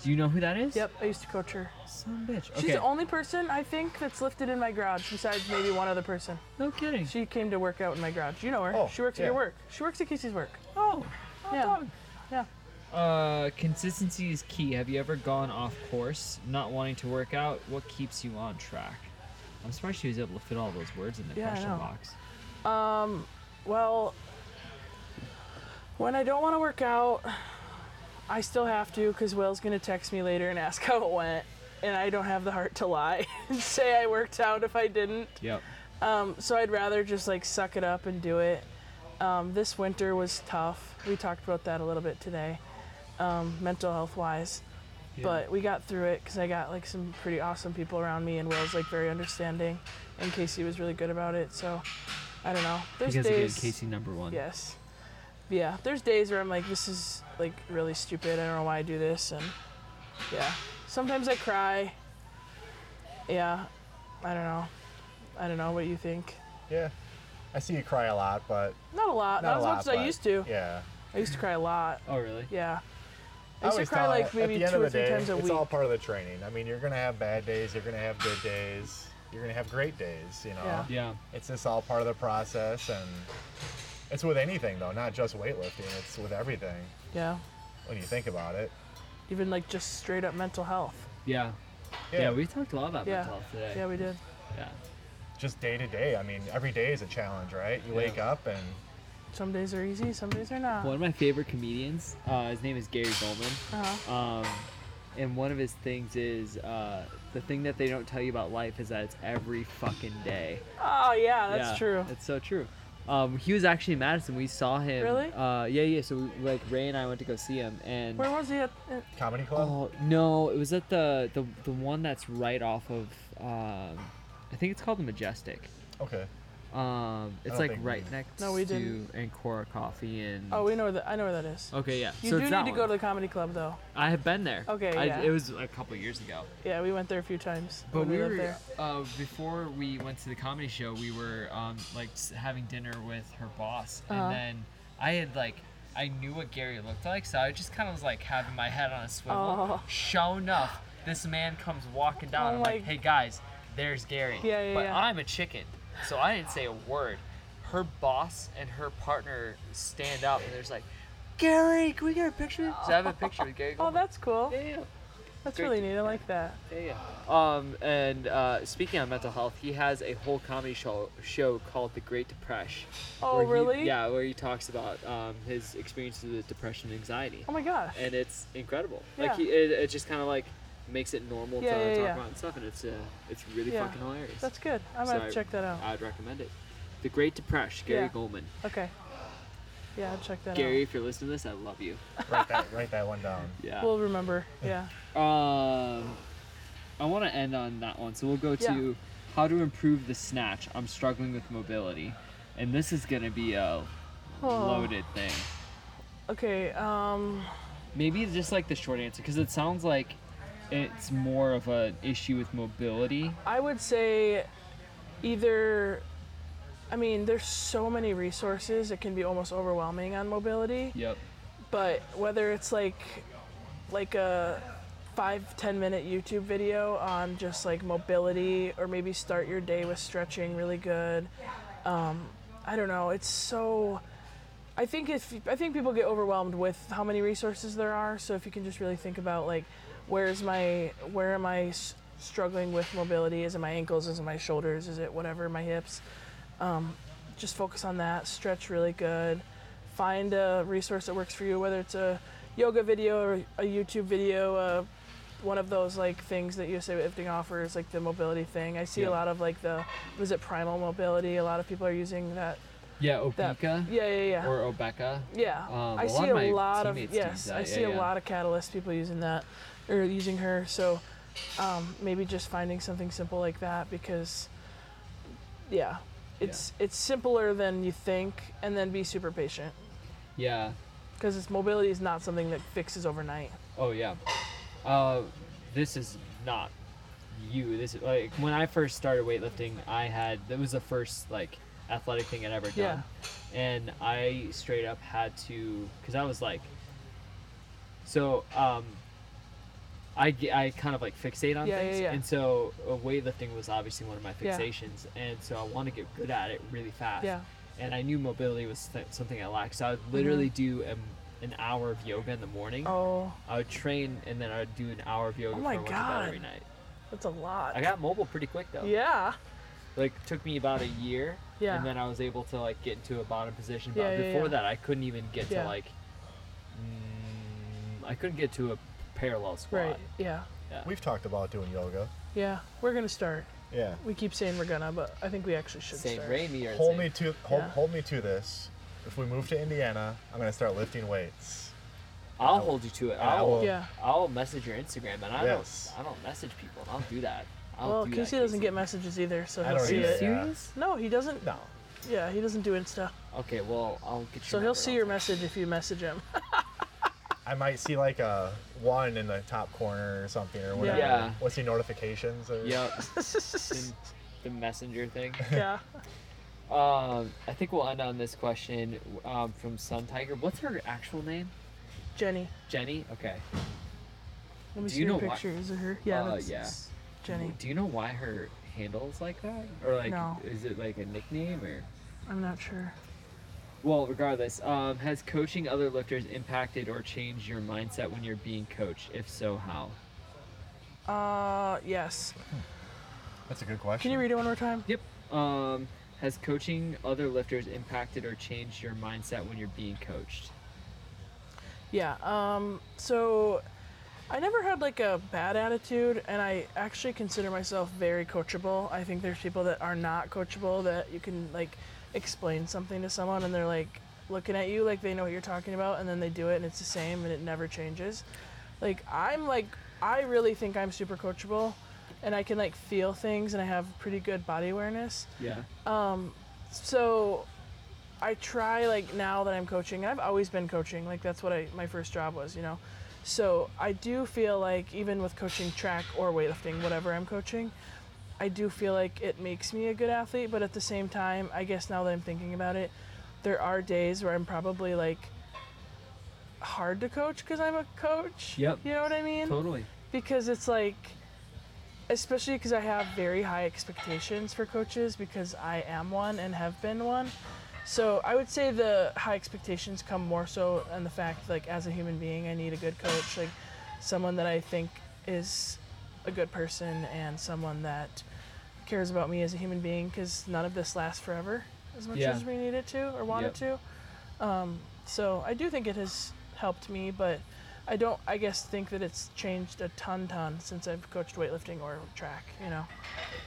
A: Do you know who that is?
B: Yep. I used to coach her.
A: Some bitch. Okay.
B: She's the only person I think that's lifted in my garage besides maybe one other person.
A: no kidding.
B: She came to work out in my garage. You know her.
C: Oh,
B: she works at
C: yeah.
B: your work. She works at Casey's work.
A: oh.
B: yeah.
A: dog.
B: Yeah.
A: Uh, consistency is key. Have you ever gone off course, not wanting to work out? What keeps you on track? I'm surprised she was able to fit all those words in the
B: Yeah, I
A: question
B: know.
A: box.
B: Well, when I don't want to work out, I still have to because Will's going to text me later and ask how it went. And I don't have the heart to lie [LAUGHS] and say I worked out if I didn't.
A: Yep.
B: Um, so I'd rather just like suck it up and do it. Um, this winter was tough. We talked about that a little bit today, um, mental health wise. But we got through it because I got like some pretty awesome people around me, and Will's like very understanding, and Casey was really good about it. So I don't know. There's
A: Because again,
B: days.
A: Casey number one.
B: Yes. Yeah. There's days where I'm like, this is like really stupid. I don't know why I do this, and yeah. Sometimes I cry. Yeah. I don't know. I don't know what you think.
C: yeah. I see you cry a lot, but
B: Not a lot.
C: not,
B: Not,
C: a
B: as
C: lot.
B: much as I
C: but
B: used to.
C: Yeah.
B: I used to cry a lot.
A: Oh really?
B: Yeah. I
C: I
B: used to
C: always
B: cry
C: tell-
B: like maybe
C: at the end
B: two or
C: of the
B: three
C: day,
B: times a
C: it's
B: week.
C: all part of the training. I mean, you're gonna have bad days. You're gonna have good days. You're gonna have great days. You know,
B: Yeah.
A: Yeah.
C: it's just all part of the process, and it's with anything though, not just weightlifting. It's with everything
B: yeah.
C: when you think about it.
B: Even like just straight up mental health.
A: Yeah. Yeah. we talked a lot about
B: Yeah.
A: mental health today.
B: Yeah, we did.
A: yeah.
C: just day to day. I mean, every day is a challenge, right? You
A: Yeah.
C: wake up and
B: Some days are easy, some days are not.
A: One of my favorite comedians, uh, his name is Gary Goldman.
B: Uh-huh.
A: Um, and one of his things is uh, the thing that they don't tell you about life is that it's every fucking day.
B: Oh yeah, that's
A: Yeah,
B: true.
A: It's so true. Um, he was actually in Madison. We saw him.
B: Really?
A: Uh, yeah, yeah. So we, like Ray and I went to go see him, and
B: Where was he at? at-
C: Comedy Club.
A: oh no, it was at the the, the one that's right off of um, I think it's called the Majestic.
C: Okay.
A: Um, it's
C: don't
A: like
C: think we-
A: right next
B: No, we
A: to
B: didn't.
A: Ancora Coffee and.
B: Oh, we know where that. I know where that is.
E: Okay, yeah.
B: You
A: so
B: do
A: it's
B: need
A: that
B: to go
A: one.
B: to the comedy club though.
E: I have been there.
B: Okay,
E: I,
B: yeah.
E: It was a couple years ago.
B: Yeah, we went there a few times.
E: But
B: when
E: we
B: lived
E: were
B: there.
E: uh, before we went to the comedy show. We were um, like s- having dinner with her boss,
B: Uh-huh.
E: and then I had like I knew what Gary looked like, so I just kind of was like having my head on a swivel.
B: Oh.
E: Sure enough, this man comes walking down.
B: Oh
E: I'm like,
B: my-
E: hey guys, there's Gary.
B: Yeah, yeah,
E: But
B: yeah.
E: I'm a chicken, so I didn't say a word. Her boss and her partner stand up, and there's like, Gary, can we get a picture? So I have a picture with Gary.
B: [LAUGHS] Oh,
E: Goldman.
B: that's cool.
E: Yeah, yeah.
B: That's
E: great
B: really
E: to
B: neat. I like that.
A: Yeah, yeah. Um, and uh, speaking on mental health, he has a whole comedy show show called The Great Depression.
B: Oh,
A: where he-
B: really?
A: yeah, where he talks about um, his experiences with depression and anxiety,
B: Oh my gosh.
A: and it's incredible. Like
B: Yeah.
A: he, it, it just kind of like makes it normal
B: Yeah,
A: to
B: yeah,
A: talk
B: yeah.
A: about and stuff, and it's uh, it's really
B: Yeah.
A: fucking hilarious.
B: That's good. I'm
A: So
B: gonna have
A: I-
B: to check that out.
A: I'd recommend it. The Great Depression, Gary
B: Yeah.
A: Goldman.
B: Okay. Yeah, I'll check that
A: Gary, if you're listening to this, I love you.
C: write that write that one down.
A: Yeah.
B: out. We'll remember. Yeah.
A: Um, I want to end on that one. So we'll go to
B: Yeah.
A: how to improve the snatch. I'm struggling with mobility, and this is gonna be a
B: Oh.
A: loaded thing.
B: Okay. Um.
A: Maybe it's just like the short answer, because it sounds like it's more of an issue with mobility.
B: I would say either I mean, there's so many resources, it can be almost overwhelming on mobility.
A: Yep.
B: But whether it's like like a five, ten minute YouTube video on just like mobility or maybe start your day with stretching really good. Um, I don't know, it's so I think if I think people get overwhelmed with how many resources there are. So if you can just really think about like, where's my where am I s- struggling with mobility? Is it my ankles? Is it my shoulders? Is it whatever my hips? Um, just focus on that. Stretch really good. Find a resource that works for you, whether it's a yoga video or a YouTube video. Uh, one of those like things that USA Lifting offers, like the mobility thing. I see
A: Yeah.
B: a lot of like the what is it primal mobility? A lot of people are using that.
A: Yeah,
B: That
A: Opeka
B: yeah yeah yeah.
A: or Obeka.
B: Yeah,
A: Um, a
B: I
A: lot
B: see
A: of my
B: a lot of
A: teammates use
B: yes,
A: that,
B: I
A: yeah,
B: see
A: yeah.
B: a lot of Catalyst people using that or using her. So um, maybe just finding something simple like that because yeah, it's it's simpler than you think, and then be super patient
A: Yeah.
B: because it's mobility is not something that fixes overnight.
A: Oh yeah. Uh, this is not you. This is like when I first started weightlifting, I had that was the first like athletic thing I'd ever done, and I straight up had to because I was like, so um, I ge- I kind of like fixate on
B: Yeah,
A: things,
B: yeah, yeah.
A: and so uh, weightlifting was obviously one of my
B: Yeah.
A: fixations, and so I wanted to get good at it really fast
B: Yeah. Mm-hmm.
A: and I knew mobility was th- something I lacked. So I would literally do a, an hour of yoga in the morning.
B: Oh,
A: I would train and then I would do an hour of yoga
B: Oh
A: for
B: my
A: my God. every
B: God.
A: night.
B: that's a lot.
A: I got mobile pretty quick though.
B: yeah,
A: Like took me about a year.
B: Yeah.
A: And then I was able to like get into a bottom position. But
B: Yeah, yeah,
A: before
B: yeah.
A: that, I couldn't even get to
B: Yeah.
A: like. Mm, I couldn't get to a parallel squat.
B: right. Yeah,
C: We've talked about doing yoga.
B: yeah. We're gonna start.
C: Yeah.
B: We keep saying we're gonna, but I think we actually should
A: Saint
B: start.
A: Raimi or
C: Hold
A: Saint-
C: me to hold,
B: Yeah.
C: hold me to this. If we move to Indiana, I'm gonna start lifting weights.
A: I'll hold you to it.
C: I
A: I'll,
C: will.
B: Yeah.
A: I'll message your Instagram and I
C: Yes.
A: don't I don't message people. I'll do that. I'll
B: Well,
A: do that,
B: Casey doesn't
A: Casey.
B: get messages either, so
C: I
B: he'll
C: don't
B: see
C: either,
B: it.
C: yeah.
B: No, he doesn't.
C: No.
B: Yeah, he doesn't do Insta.
A: Okay, well, I'll get you.
B: So he'll see your message if you
A: [LAUGHS]
B: message him. [LAUGHS]
C: I might see like a one in the top corner or something or whatever.
A: Yeah.
C: What's the notifications
B: [LAUGHS]
C: or
A: Yep, the, the messenger thing.
B: yeah.
A: Um, I think we'll end on this question um, from Sun Tiger. What's her actual name?
B: Jenny.
A: Jenny. Okay.
B: Let
A: Do
B: me see
A: you
B: your
A: know why-
B: picture. Is it her? Yeah,
A: Uh,
B: that's
A: yeah.
B: it's Jenny.
A: Do you know why her handle's like that, or like,
B: No.
A: is it like a nickname or?
B: I'm not sure.
A: Well, regardless, um, has coaching other lifters impacted or changed your mindset when you're being coached? If so, how?
B: Uh, yes.
C: That's a good question.
B: Can you read it one more time?
A: Yep. Um, has coaching other lifters impacted or changed your mindset when you're being coached?
B: Yeah. Um, so I never had like a bad attitude, and I actually consider myself very coachable. I think there's people that are not coachable that you can like explain something to someone and they're like looking at you like they know what you're talking about, and then they do it and it's the same and it never changes. Like, I'm like, I really think I'm super coachable and I can like feel things and I have pretty good body awareness.
E: Yeah.
B: So I try like now that I'm coaching, and I've always been coaching. Like that's what I my first job was, you know. So I do feel like even with coaching track or weightlifting, whatever I'm coaching, I do feel like it makes me a good athlete, but at the same time, I guess now that I'm thinking about it, there are days where I'm probably like hard to coach because I'm a coach.
A: Yep.
B: You know what I mean?
A: Totally.
B: because it's like especially because i have very high expectations for coaches because i am one and have been one so i would say the high expectations come more so on the fact like as a human being i need a good coach like someone that i think is a good person and someone that cares about me as a human being because none of this lasts forever as much
A: Yeah.
B: as we need it to or want it to um, so i do think it has helped me but I don't, I guess, think that it's changed a ton, ton since I've coached weightlifting or track, you know?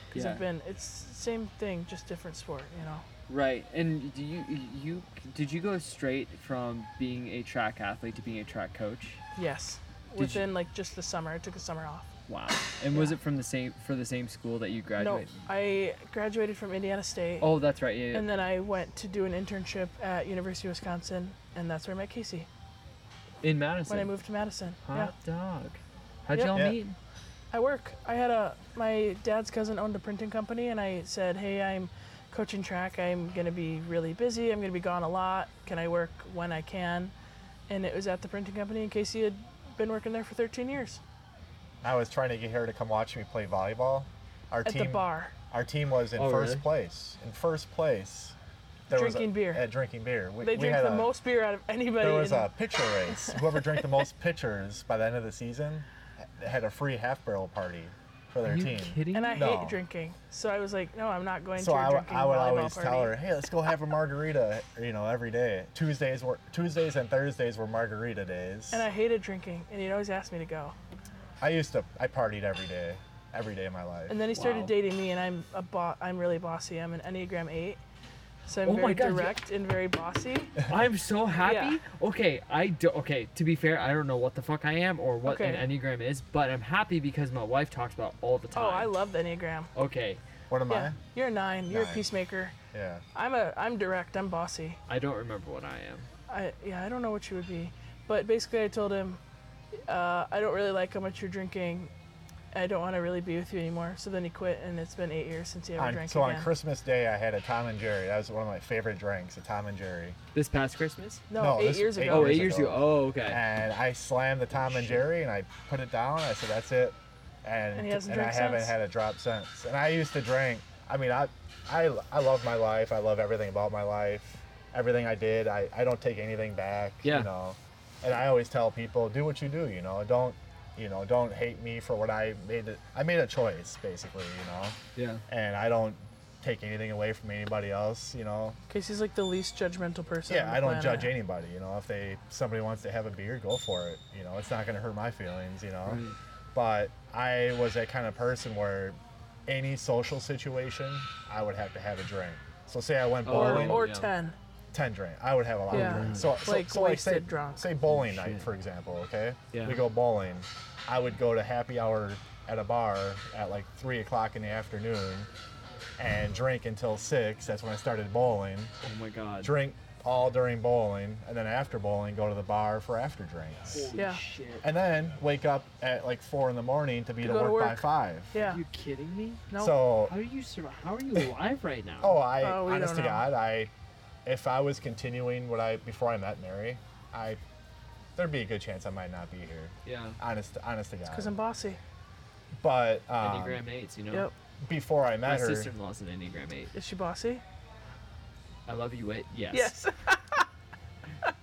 B: Because
A: Yeah.
B: I've been, it's same thing, just different sport, you know?
A: Right. And do you you did you go straight from being a track athlete to being a track coach?
B: Yes.
A: Did you-
B: Within, like, just the summer. I took a summer off.
A: Wow. And was
B: Yeah.
A: it from the same for the same school that you graduated?
B: No, I graduated from Indiana State.
A: Oh, that's right. Yeah. yeah.
B: And then I went to do an internship at University of Wisconsin, and that's where I met Casey
A: in Madison.
B: when I moved to Madison. Yeah.
A: Hot dog. How'd
B: Yep.
A: y'all
C: Yeah.
A: meet?
B: I work. I had a my dad's cousin owned a printing company, and I said, "Hey, I'm coaching track. I'm gonna be really busy. I'm gonna be gone a lot. Can I work when I can?" And it was at the printing company, and Casey had been working there for 13 years
C: I was trying to get her to come watch me play volleyball. Our
B: at
C: team,
B: the bar.
C: our team was in
A: Oh,
C: first
A: really?
C: place. In first place, there was
B: Drinking
C: a,
B: beer.
C: At drinking beer, we,
B: They
C: we
B: drink
C: had
B: the
C: a-
B: most beer out of anybody.
C: There was
B: in-
C: a pitcher race. Whoever drank the most pitchers by the end of the season had a free half barrel party for their
A: Are you
C: team.
A: kidding?
B: and I
C: No.
B: hate drinking, so I was like, "No, I'm not going to
C: So
B: your
C: I, w-
B: drinking
C: I would
B: volleyball
C: always
B: party."
C: tell her, hey, let's go have a margarita, you know, every day. Tuesdays were Tuesdays and Thursdays were margarita days.
B: And I hated drinking, and he'd always ask me to go.
C: I used to, I partied every day, every day of my life.
B: And then he started
A: Wow.
B: dating me, and I'm a bo- I'm really bossy. I'm an Enneagram Eight, so I'm
A: Oh my
B: very
A: God, yeah.
B: direct and very bossy.
A: I'm so happy. Okay, I do. Okay, to be fair, I don't know what the fuck I am or what an
B: Okay.
A: enneagram is, but I'm happy because my wife talks about it all the time.
B: Oh, I love the Enneagram.
A: Okay,
C: what am
B: Yeah, you're a nine. You're a
C: Nine.
B: peacemaker.
C: I? Yeah.
B: I'm a I'm direct. I'm bossy.
A: I don't remember what I am.
B: I yeah. I don't know what you would be, but basically I told him, uh, I don't really like how much you're drinking. I don't want to really be with you anymore. So then he quit, and it's been eight years since he ever
C: On,
B: drank
C: so on
B: again.
C: Christmas Day, I had a Tom and Jerry. That was one of my favorite drinks, a Tom and Jerry.
A: This past Christmas?
B: no,
C: no,
B: eight
C: this-
B: years
C: eight
B: ago.
A: Oh, eight
C: years
A: years ago.
C: ago.
A: Oh, okay.
C: and I slammed the Tom and Jerry and I put it down. I said, "That's it," and
B: And he
C: and,
B: hasn't
C: I
B: drank
C: haven't
B: since?
C: had a drop since. And I used to drink. I mean, I, I, I love my life. I love everything about my life. Everything I did, I, I don't take anything back.
A: Yeah.
C: You know, and I always tell people, do what you do. You know, don't, you know, don't hate me for what I made. It, I made a choice, basically. You know,
A: Yeah.
C: and I don't take anything away from anybody else. You know,
B: Casey's like the least judgmental person. on
C: yeah,
B: the
C: I don't
B: planet.
C: judge anybody. You know, if they somebody wants to have a beer, go for it. You know, it's not going to hurt my feelings. You know,
A: Right.
C: but I was that kind of person where any social situation, I would have to have a drink. So say I went
A: Oh,
B: Or,
C: bowling,
B: or
A: Yeah.
B: ten.
C: ten drink, I would have a lot
B: Yeah.
C: of drinks. So, so
B: Like
C: so like say,
B: wasted drunk.
C: say bowling
A: Oh,
C: night
A: shit.
C: for example. Okay,
A: Yeah.
C: we go bowling. I would go to happy hour at a bar at like three o'clock in the afternoon, and drink until six. That's when I started bowling
A: Oh my god.
C: drink all during bowling, and then after bowling, go to the bar for after drinks.
B: Yeah.
A: Shit.
C: And then wake up at like four in the morning to be to,
B: go to
C: work, by
B: work.
C: five.
B: Yeah.
A: Are you kidding me?
B: No.
C: So,
A: How are you survive? How are you alive right now?
C: oh, I
B: Oh, we
C: honest to
B: don't know.
C: God, I if I was continuing what I before I met Mary, I there'd be a good chance I might not be here.
A: yeah.
C: Honest, honest to
B: Because
C: God.
B: I'm bossy.
C: but um,
A: Enneagram eights, you know.
B: Yep.
C: before I
A: My
C: met her,
A: sister-in-law's an Enneagram eight.
B: Is she bossy?
A: I love you, Wit. Yes.
B: Yes.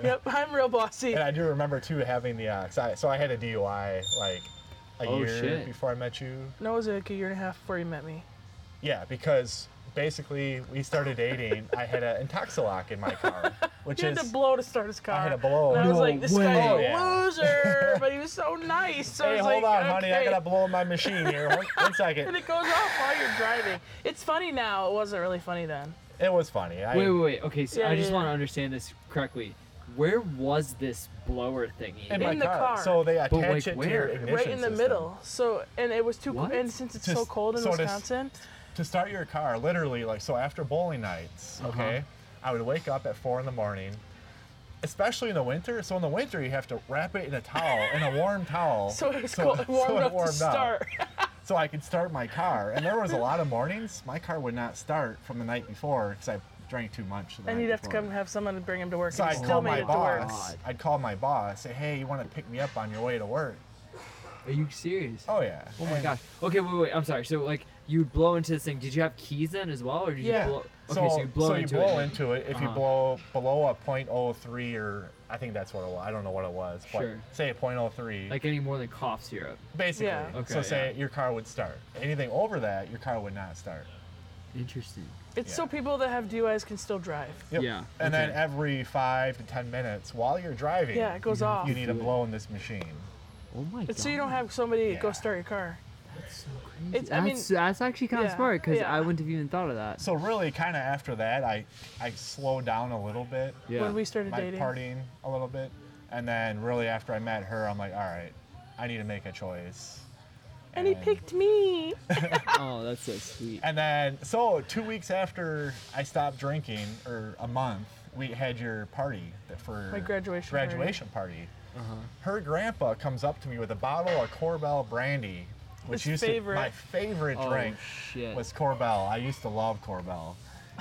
B: [LAUGHS] yep. I'm real bossy.
C: and I do remember too having the uh, 'cause I, so I had a DUI like a
A: Oh,
C: year
A: shit.
C: before I met you.
B: No, it was like a year and a half before you met me.
C: Yeah, because basically we started dating. I had an Intoxilock in my
B: [LAUGHS]
C: car, which
B: He had
C: is
B: to blow to start his car.
C: had to blow.
B: And I was
E: No
B: like, this guy's
E: way.
B: a
C: Oh, yeah.
B: loser, [LAUGHS] but he was so nice. So I
C: hey,
B: was
C: hold
B: like,
C: on, honey, I
B: okay.
C: gotta blow my machine here. One, one
B: And
C: second.
B: it goes off while you're driving. It's funny now. It wasn't really funny then.
C: It was funny. I,
E: Wait, wait, wait. Okay, so
B: Yeah,
E: I just
B: yeah,
E: want to
B: yeah.
E: understand this correctly. Where was this blower thingy?
B: In
C: In, my
B: the
C: car.
B: car.
C: So they attach
E: But, like,
C: it to
E: where?
C: your
E: Right
C: ignition
B: right in the
C: system.
B: middle. So and it was too cold.
E: What?
B: And since it's so
C: Just-
B: cold in
C: so does-
B: Wisconsin,
C: to start your car, literally, like, so after bowling nights,
E: Uh-huh.
C: okay, I would wake up at four in the morning, especially in the winter. So in the winter, you have to wrap it in a towel, in a warm
B: [LAUGHS]
C: towel.
B: so it was cold. It warmed
C: so it
B: up to
C: warmed up. [LAUGHS]
B: start.
C: So I could start my car. And there was a lot of mornings my car would not start from the night before because I drank too much. the
B: and
C: night
B: you'd have to
C: before.
B: come have someone to bring him to work.
C: So
B: and
C: I'd
B: he
C: call
B: still made
C: my
B: it to work.
C: boss.
E: God.
C: I'd call my boss, say, hey, you want to pick me up on your way to work?
E: Are you serious?
C: Oh, yeah.
E: Oh my
C: And-
E: gosh. Okay, wait, wait. I'm sorry. So like you would blow into this thing. Did you have keys then as well, or did
C: Yeah.
E: you blow?
C: so,
E: Okay, so you blow into it.
C: If you
E: Uh-huh.
C: blow below a .03 or I think that's what it was. I don't know what it was. But
E: Sure.
C: Say a .03.
E: Like any more than cough syrup.
C: basically.
B: Yeah.
E: Okay,
C: so say
E: yeah.
C: your car would start. Anything over that, your car would not start.
E: Interesting.
B: It's
C: Yeah.
B: so people that have DUIs can still drive.
C: Yep.
E: Yeah,
C: And then
E: okay.
C: every five to ten minutes while you're driving,
B: Yeah, it goes off.
C: you need to blow in this machine.
E: Oh my god.
B: It's so you don't have somebody to go
C: Yeah.
B: start your car.
E: That's so crazy.
B: It's- I
E: that's,
B: mean-
E: that's actually kind of
B: yeah,
E: smart because
B: yeah.
E: I wouldn't have even thought of that.
C: So really, kind of after that, I I slowed down a little bit,
E: yeah.
B: When we started
C: my
B: dating.
C: partying a little bit, and then really after I met her, I'm like, all right, I need to make a choice.
B: And he picked me.
E: oh, that's so sweet.
C: And then, so two weeks after I stopped drinking, or a month, we had your party that- for
B: My graduation party.
C: graduation party. Her grandpa comes up to me with a bottle of Corbel brandy, which
B: His
C: used
B: favorite.
C: to my favorite
E: Oh,
C: drink
E: shit.
C: was Corbel. I used to love Corbel,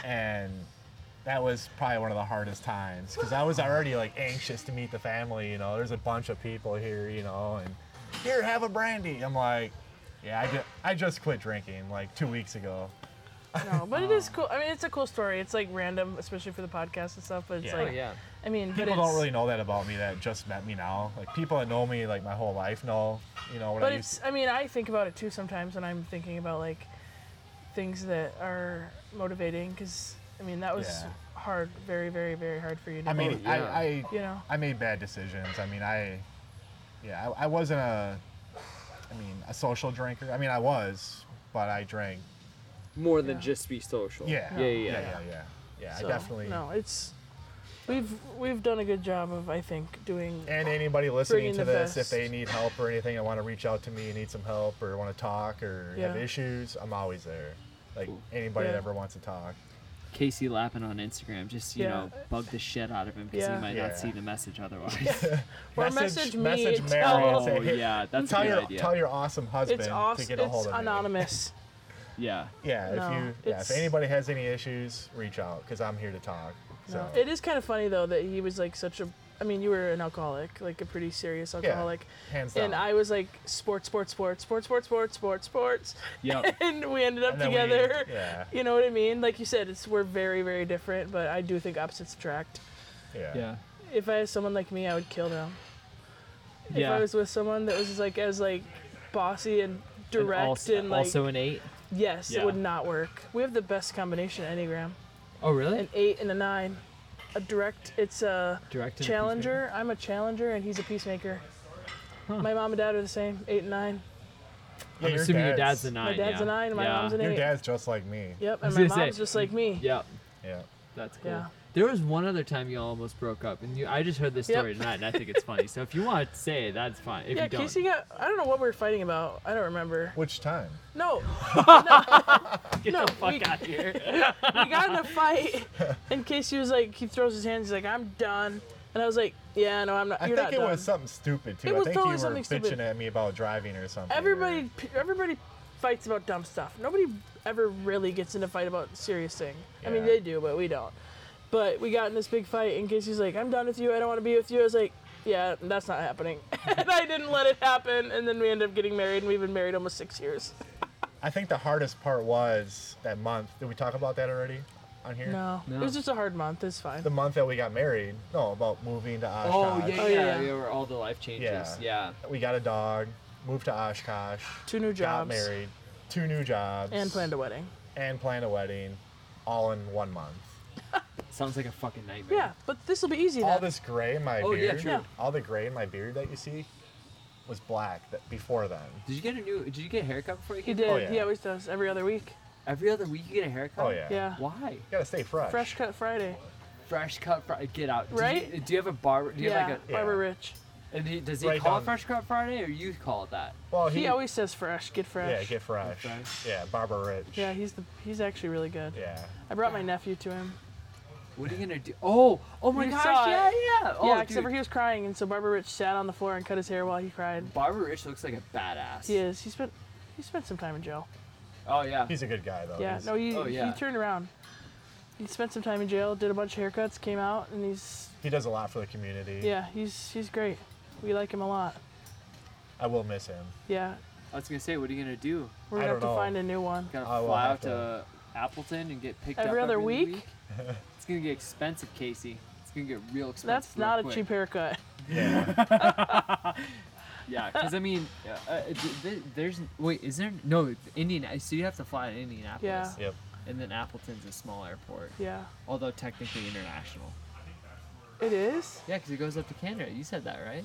C: and that was probably one of the hardest times because I was already like anxious to meet the family. You know, there's a bunch of people here. You know, and here have a brandy. I'm like, yeah, I just, I just quit drinking like two weeks ago.
B: No, but
E: [LAUGHS]
B: it is cool. I mean, it's a cool story. It's like random, especially for the podcast and stuff. But it's
C: Yeah.
B: like,
E: Oh yeah.
B: I mean, but
C: People
B: it's,
C: don't really know that about me that just met me now. Like people that know me like my whole life know. You know what
B: But
C: I used.
B: it's, I mean, I think about it too sometimes when I'm thinking about like things that are motivating because, I mean, that was
C: Yeah.
B: hard, very, very, very hard for you to
C: I mean,
E: Oh, yeah.
C: I, I
B: you know?
C: I made bad decisions. I mean, I, yeah, I, I wasn't a, I mean, a social drinker. I mean, I was, but I drank.
E: More than
B: Yeah.
E: just be social.
C: Yeah.
E: Yeah. Yeah.
C: Yeah.
E: Yeah.
C: Yeah. Yeah. Yeah,
B: So,
C: I definitely.
B: No, it's, we've, we've done a good job of, I think, doing,
C: And anybody listening
B: Bringing
C: to
B: the
C: this,
B: best.
C: if they need help or anything, and want to reach out to me and need some help or want to talk or have
B: Yeah.
C: issues, I'm always there. Like anybody that
B: Yeah.
C: ever wants to talk.
E: Casey Lappin on Instagram. Just you
B: Yeah.
E: know, bug the shit out of him because
B: Yeah.
E: he might
C: Yeah.
E: not see the message otherwise.
B: [LAUGHS] Or message me,
C: Message Mary.
B: tell-
C: and say,
E: Oh,
C: "Hey,
E: yeah, that's a
C: tell
E: good
C: your
E: idea.
C: tell your awesome husband
B: it's
C: to
B: awesome.
C: get a hold
B: It's
C: of me.
B: anonymous.
E: yeah.
B: No,
C: Yeah, if you yeah,
B: it's-
C: if anybody has any issues, reach out because I'm here to talk. So
B: No. It is kind of funny though that he was like such a. I mean, you were an alcoholic, like a pretty serious alcoholic,
C: hands
B: and
C: down.
B: I was like sports, sports, sports, sports, sports, sports, sports, sports, [LAUGHS]
E: Yep.
B: and we ended up
C: And then we-
B: together.
C: [LAUGHS] yeah.
B: You know what I mean? Like you said, it's we're very, very different, but I do think opposites attract.
C: [LAUGHS] yeah.
E: yeah.
B: If I had someone like me, I would kill them. If
E: Yeah.
B: I was with someone that was like as like bossy and
E: And
B: direct
E: also,
B: and, like
E: also an eight.
B: yes,
E: yeah.
B: it would not work. We have the best combination enneagram:
E: Oh really?
B: an eight and a nine. A direct, it's a
E: Direct and a
B: Challenger. I'm a challenger, and he's a peacemaker. My mom and dad are the same, eight and nine.
C: Yeah,
E: I'm assuming your dad's
C: [LAUGHS]
E: a nine.
B: My dad's
E: yeah.
B: a nine, my
E: yeah.
B: mom's an
C: Your
B: eight.
C: dad's just like me.
B: Yep,
E: was
B: and my
E: gonna say-
B: mom's just like me.
E: Yep.
C: Yeah.
E: That's cool.
B: Yeah.
E: There was one other time you almost broke up, and you, I just heard this
B: Yep.
E: story tonight, and I think it's funny. So if you want to say it, that's fine. If
B: Yeah,
E: you don't,
B: Casey got. I don't know what we were fighting about. I don't remember.
C: Which time?
E: [LAUGHS]
B: No,
E: get
B: no,
E: the fuck
B: we-
E: out of here.
B: we got in a fight, and Casey was like, he throws his hands, he's like, I'm done. And I was like, yeah, no, I'm not.
C: I
B: You're
C: think
B: not
C: it
B: done.
C: was something stupid too.
B: It
C: I
B: was
C: think
B: totally
C: you were
B: something
C: bitching
B: stupid.
C: at me about driving or something. or-
B: everybody, everybody fights about dumb stuff. Nobody ever really gets in a fight about serious thing. I mean,
C: Yeah.
B: they do, but we don't. But we got in this big fight, and Casey's like, "I'm done with you. I don't want to be with you." I was like, "Yeah, that's not happening," [LAUGHS] and I didn't let it happen. And then we ended up getting married, and we've been married almost six years.
C: I think the hardest part was that month. Did we talk about that already on here?
B: No,
E: No.
B: it was just a hard month. It's fine.
C: The month that we got married. No, about moving to
E: Oh
C: Oshkosh.
E: yeah, yeah,
B: [LAUGHS] Oh, yeah,
E: yeah,
B: yeah.
E: were all the life changes. Yeah.
C: We got a dog, moved to Oshkosh,
B: Two new
C: got
B: jobs
C: married, two new jobs,
B: and planned a wedding.
C: and planned a wedding all in one month.
E: Sounds like a fucking nightmare.
B: Yeah, but this will be easy.
C: All
B: Then.
C: this gray in my
A: Oh, yeah,
C: beard,
A: true.
B: Yeah.
C: all the gray in my beard that you see was black that before then.
A: Did you get a new? Did you get a haircut before you
B: he
A: came?
B: did.
C: Oh, yeah.
B: He always does every other week.
A: Every other week you get a haircut.
C: Oh, yeah.
B: Yeah.
A: Why?
C: You gotta stay fresh.
B: Fresh cut Friday.
A: Fresh cut. Fri- Get out. Did
B: Right?
A: You, do you have a barber? Do you
B: yeah.
A: have like
C: Yeah.
B: Barbara Rich.
A: a? And he, does he
C: Right um,
A: call it
C: down-
A: Fresh Cut Friday or you call it that?
C: Well,
B: He,
C: he,
B: always says fresh. Get fresh.
C: yeah, get fresh.
A: Get fresh.
C: Yeah, Barbara Rich.
B: Yeah, he's the he's actually really good.
C: Yeah.
B: I brought my nephew to him.
A: What are you gonna do? Oh, oh my
B: You
A: gosh!
B: saw it.
A: Yeah, yeah. Oh,
B: yeah, except
A: dude.
B: for he was crying, and so Barbara Rich sat on the floor and cut his hair while he cried.
A: Barbara Rich looks like a badass.
B: He is. He spent he spent some time in jail.
A: Oh yeah.
C: He's a good guy, though.
B: Yeah.
C: He's-
B: No, he
A: Oh, yeah.
B: he turned around. He spent some time in jail, did a bunch of haircuts, came out, and he's
C: He does a lot for the community.
B: yeah, he's he's great. We like him a lot.
C: I will
A: [LAUGHS]
C: miss him.
B: Yeah.
A: I was gonna say, what are you gonna do?
B: We're
C: I
B: gonna have to
C: don't know.
B: find a new one.
A: Gotta
C: I will
A: fly
C: have
A: out to Appleton and get picked up
B: Every other week?
A: it's gonna get expensive, Casey. It's gonna get real expensive.
B: That's
A: real
B: not a
A: quick.
B: cheap haircut.
C: Yeah.
A: Yeah, because I
B: [LAUGHS]
A: mean, uh, uh, th- th- there's wait, is there no Indian? So you have to fly to Indianapolis,
B: Yeah.
C: yep.
A: and then Appleton's a small airport,
B: Yeah.
A: although technically international.
B: It is?
A: Yeah, because it goes up to Canada. You said that right?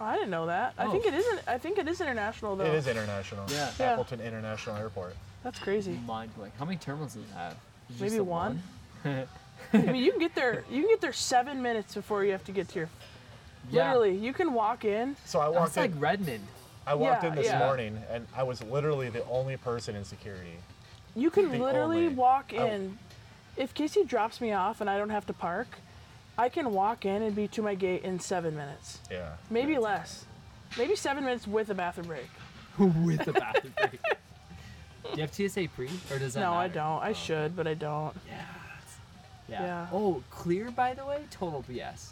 B: Oh, I didn't know that. I
A: Oh.
B: think it isn't I think it is international though.
C: It is international.
A: Yeah.
B: Yeah.
C: Appleton International Airport.
B: That's crazy.
A: Mind like how many terminals does it have? Is it just
B: Maybe
A: the
B: one? [LAUGHS] I
A: [LAUGHS]
B: mean you can get there you can get there seven minutes before you have to get to your
A: Yeah.
B: literally you can walk in.
C: So I walked
A: That's like
C: in.
A: Redmond. [LAUGHS]
C: I walked
B: Yeah,
C: in this
A: yeah.
C: morning, and I was literally the only person in security.
B: You can
C: The
B: literally
C: only-
B: walk
C: I-
B: in. If Casey drops me off and I don't have to park, I can walk in and be to my gate in seven minutes,
C: Yeah.
B: maybe less, maybe seven minutes with a bathroom break.
A: with the bathroom break. [LAUGHS] Do you have TSA pre, or does that
B: No, I
A: matter? Oh.
B: don't. I should, but I don't.
A: Yeah. yeah.
B: Yeah.
A: Oh, clear by the way, total BS.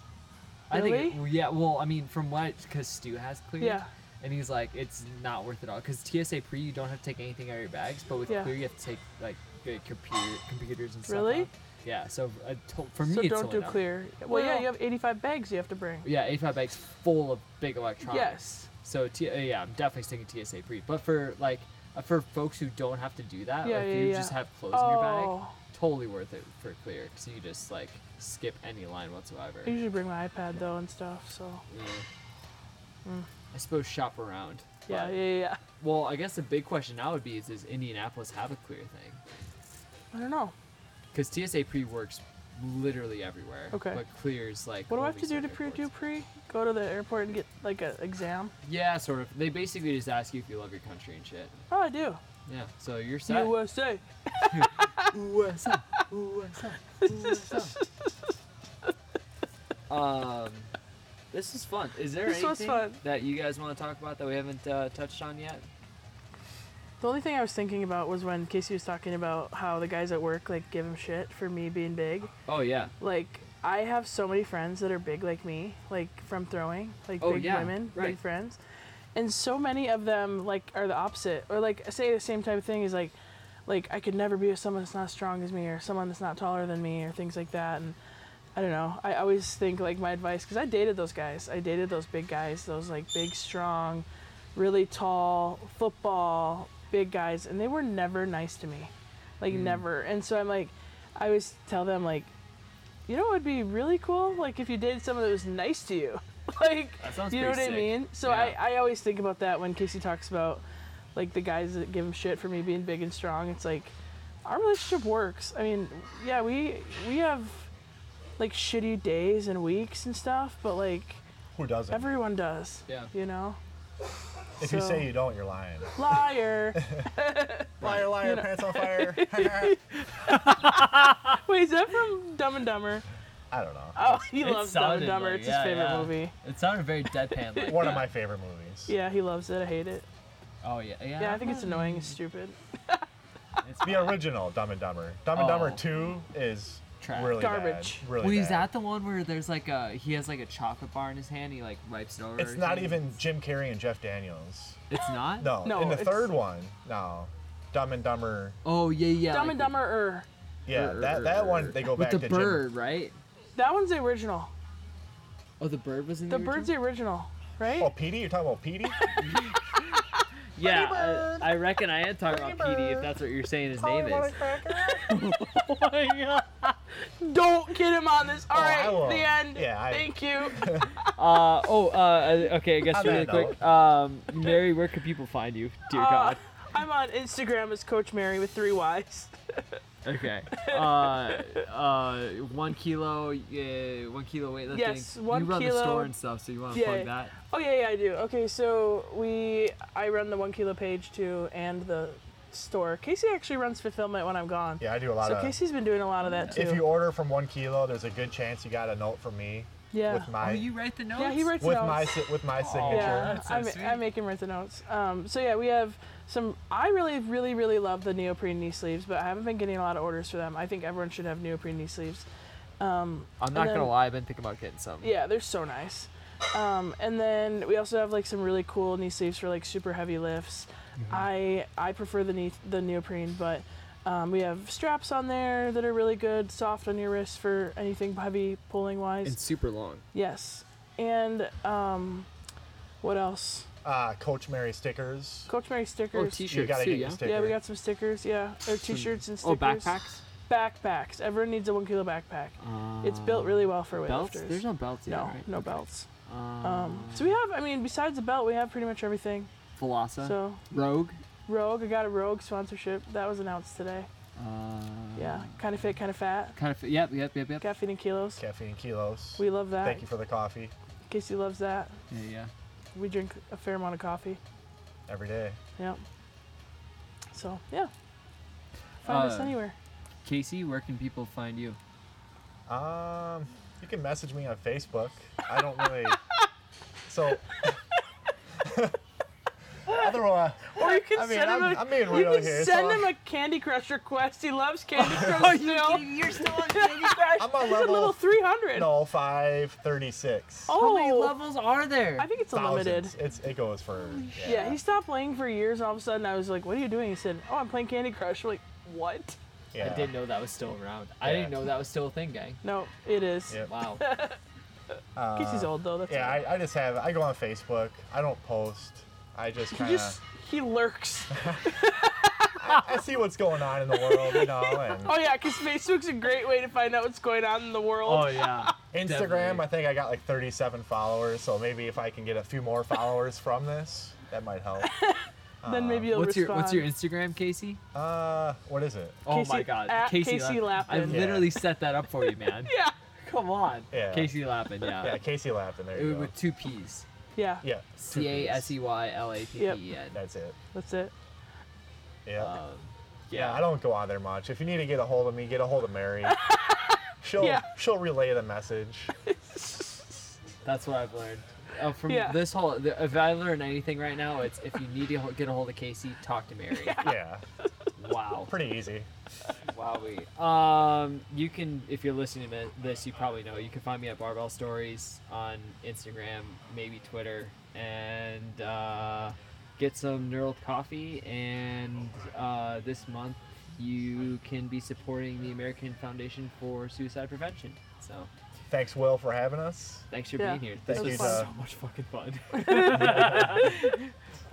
A: I think it,
B: Really?
A: yeah. Well, I mean, from what because Stu has clear.
B: Yeah.
A: And he's like, it's not worth it all because TSA pre, you don't have to take anything out of your bags, but with
B: Yeah.
A: clear, you have to take like your computer, computers and stuff.
B: Really?
A: out. Yeah. So uh, to, for me,
B: So
A: it's
B: don't
A: only
B: do
A: not-
B: clear. Well, yeah,
A: Well-
B: you have 85 bags you have to bring.
A: Yeah, 85 bags full of big electronics.
B: Yes.
A: So t- uh, yeah, I'm definitely sticking TSA pre. But for like uh, for folks who don't have to do that,
B: Yeah,
A: like
B: yeah,
A: Uh, you
B: yeah.
A: just have clothes in your bag,
B: Oh.
A: totally worth it for clear because you just like skip any line whatsoever.
B: I usually bring my iPad though and stuff. So
A: Yeah. I suppose shop around.
B: Mm. yeah,
A: but-
B: yeah, yeah. yeah.
A: Well, I guess the big question now would be: is does Indianapolis have a clear thing?
B: I don't know.
A: Because TSA pre works literally everywhere.
B: Okay.
A: But clears like.
B: What do I
A: only
B: have to do
A: certain
B: to pre do
A: airports.
B: pre? Go to the airport and get like an exam.
A: Yeah, sort of. They basically just ask you if you love your country and shit.
B: Oh, I do.
A: Yeah. So you're set.
B: uh, USA.
A: USA, USA, USA. [LAUGHS] um, this is fun. Is there
B: This
A: anything
B: was fun.
A: that you guys want to talk about that we haven't uh, touched on yet?
B: The only thing I was thinking about was when Casey was talking about how the guys at work like give him shit for me being big.
A: Oh yeah.
B: Like I have so many friends that are big like me, like from throwing, like
A: Oh,
B: big
A: yeah,
B: women,
A: right.
B: big friends. And so many of them like are the opposite or like say the same type of thing is like like I could never be with someone that's not as strong as me or someone that's not taller than me or things like that and I don't know. I always think like my advice cuz I dated those guys. I dated those big guys, those like big strong, really tall, football, big guys and they were never nice to me. Like
A: Mm.
B: never. And so I'm like I always tell them like you know what would be really cool? Like if you dated someone that was nice to you. [LAUGHS] like
A: That sounds
B: you know what
A: pretty
B: I
A: sick.
B: mean? So
A: Yeah.
B: I, I always think about that when Casey talks about like the guys that give him shit for me being big and strong. It's like our relationship works. I mean, yeah, we we have like shitty days and weeks and stuff, but like
C: Who doesn't?
B: everyone does.
A: Yeah.
B: You know?
C: if you
B: so-
C: say you don't, you're lying.
A: [LAUGHS]
B: Liar.
C: Liar, liar, pants
B: [LAUGHS]
C: on fire.
B: Wait, is that from Dumb and Dumber?
C: [LAUGHS] I don't know.
B: Oh, he
A: It
B: loves Dumb
A: sounded
B: and Dumber.
A: like-
B: it's his
A: yeah,
B: favorite
A: yeah.
B: movie.
A: It sounded very deadpan.
B: [LAUGHS]
A: Like
C: One
A: that.
C: of my favorite movies.
B: Yeah, he loves it. I hate it.
A: Oh yeah. Yeah.
B: Yeah, I think it's annoying and stupid.
A: It's
C: The original Dumb and Dumber. Dumb and Dumber
A: Oh.
C: 2 is
A: Trash.
C: really
B: Garbage.
C: bad. Really
A: Wait, is
C: bad.
A: that the one where there's like a he has like a chocolate bar in his hand? He like wipes it over.
C: It's
A: his
C: not
A: hand?
C: even Jim Carrey and Jeff Daniels.
A: It's not.
C: No.
B: No,
C: in the
B: it's-
C: third one, no. Dumb and Dumber.
A: Oh yeah yeah.
B: Dumb
A: like
B: and
A: the-
B: Dumber er.
C: Yeah,
A: er,
C: that,
A: er,
C: that
A: er,
C: one
A: er.
C: they go
A: with
C: back
A: the
C: to
A: bird, right?
B: That one's the original.
A: Oh, the bird was in
B: The
A: the
B: bird's the
A: original?
C: Oh,
B: original, right? [LAUGHS]
C: Jim. Oh, Petey? You're talking about Petey?
A: Yeah,
B: bird.
A: I, I reckon I had talked
B: Funny
A: about Petey if
B: bird.
A: that's what you're saying his name is.
B: Oh my God. Don't get him on this. All
C: Oh, I
B: right,
C: will.
B: the end.
C: Yeah, I-
B: Thank
C: [LAUGHS]
B: you.
A: Uh, oh, uh, okay, I guess
C: On
A: really
C: that
A: quick. Um, Mary, where can people find you? Dear
B: Uh,
A: God.
B: I'm on Instagram as Coach Mary with three Y's. [LAUGHS]
A: Okay. Uh, uh, one kilo, uh, one kilo weightlifting.
B: Yes, one
A: you run the
B: kilo.
A: store and stuff, so you want to
B: Yeah.
A: plug that?
B: Oh yeah, yeah, I do. Okay, so we I run the one kilo page too, and the store. Casey actually runs fulfillment when I'm gone.
C: Yeah, I do a lot
B: So
C: of.
B: Casey's been doing a lot of that too.
C: if you order from one kilo, there's a good chance you got a note from me
B: yeah.
C: with my
A: Oh, you write the notes?
B: yeah, he writes
C: with
B: notes.
C: my si- with my signature.
B: yeah,
A: that's so
B: I, ma-
A: sweet.
B: I make him write the notes. Um, so yeah, we have some. I really, really, really love the neoprene knee sleeves, but I haven't been getting a lot of orders for them. I think everyone should have neoprene knee sleeves.
A: I'm not
B: and
A: gonna
B: then-
A: lie, I've been thinking about getting some.
B: Yeah, they're so nice. Um, and then we also have like some really cool knee sleeves for like super heavy lifts.
A: Mm-hmm.
B: I I prefer the knee, the neoprene, but um, we have straps on there that are really good, soft on your wrist for anything heavy pulling wise.
A: It's super long.
B: yes, and um, what else?
C: Uh, Coach Mary stickers.
B: Coach Mary
A: Oh,
B: stickers.
C: You
A: t-shirts
C: gotta
A: too,
C: get
A: yeah.
C: your sticker.
B: yeah, we got some stickers. Yeah, or t-shirts and
A: Oh,
B: stickers.
A: backpacks.
B: Backpacks. Everyone needs a one kilo backpack. it's built really well for weightlifters.
A: Belts? There's no belts yet,
B: no,
A: right?
B: no belts.
A: Um,
B: Um, so we have, I mean, besides the belt, we have pretty much everything.
A: Velosa.
B: So
A: Rogue.
B: Rogue, I got a Rogue sponsorship that was announced today.
A: Uh,
B: Yeah, kind of fit, kind of fat,
A: Kind of. Yep. Yep. Yep. Yep.
B: caffeine and kilos.
C: Caffeine kilos.
B: We love that.
C: Thank you for the coffee
B: Casey loves that.
A: Yeah. Yeah.
B: We drink a fair amount of coffee.
C: every day.
B: Yep. So yeah, find us
A: Uh,
B: anywhere.
A: Casey, where can people find you?
C: Um, you can message me on Facebook. I don't
B: [LAUGHS]
C: really. so. Otherwise,
B: Or you can
C: I mean,
B: send him
C: I'm-
B: a,
C: I'm being
B: you
C: real
B: can
C: here,
B: send
C: so-
B: him a Candy Crush request. He
C: [LAUGHS]
B: loves Candy Crush still. [LAUGHS]
A: You're still on Candy Crush.
C: I'm on
B: He's a level
C: level
B: 300.
C: no five thirty six.
B: Oh,
A: How many levels are there?
B: I think it's unlimited.
C: It's it goes for yeah.
B: Yeah, he stopped playing for years. All of a sudden, I was like, "What are you doing?" He said, "Oh, I'm playing Candy Crush." We're like, "What?"
C: yeah.
A: I didn't know that was still around. I didn't
C: Yeah.
A: know that was still a thing, gang.
B: No, it is.
C: Yep.
A: Wow.
C: Uh,
B: Casey's old though. That's
C: Yeah,
B: all.
C: I, I just have. I go on Facebook. I don't post. I just
B: he
C: kind
B: just
C: of.
B: he
C: [LAUGHS]
B: lurks.
C: I see what's going on in the world, you know. And
B: [LAUGHS] oh yeah, because Facebook's a great way to find out what's going on in the
C: Oh,
B: world.
A: Oh, yeah.
C: Instagram, I think I got like 37 followers. So maybe if I can get a few more followers from this, that
B: [LAUGHS]
C: might help.
B: then maybe you'll
A: What's your
B: respond.
A: What's your Instagram, Casey?
C: Uh, what is it?
A: Oh
B: Casey-
A: my God,
B: at
A: Casey,
B: Casey
A: Lappin. I
B: Lappin.
C: Yeah.
A: literally set that up for you, man.
B: Yeah,
A: Come on.
C: Yeah.
A: Casey Lappin. Yeah.
C: Yeah, Casey Lapton. There
A: Uh, It
C: you
A: would-
C: go.
A: with two P's.
B: yeah,
C: Yeah. two
A: C A S E
C: Ps.
A: Y L A P P E N.
C: That's it.
B: That's it.
C: Yeah.
A: Um,
C: yeah, I
A: yeah.
C: don't go on there much. If you need to get a hold of me, get a hold of Mary. She'll
B: Yeah.
C: she'll relay the message.
A: That's what I've learned. Uh, from
B: Yeah.
A: this whole, the- if I learn anything right now, it's if you need to ho- get a hold of Casey, talk to Mary.
C: Yeah,
A: Wow.
C: pretty easy.
A: Wowie. Um, you can, if you're listening to this, you probably know. You can find me at Barbell Stories on Instagram, maybe Twitter, and uh, get some Neural Coffee. And uh, this month, you can be supporting the American Foundation for Suicide Prevention. So,
C: Thanks, Will, for having us.
A: thanks for
B: Yeah.
A: being here.
C: Thank
A: This was
B: you, Tyler.
A: so much fucking fun.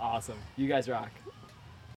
A: [LAUGHS] awesome. You guys rock.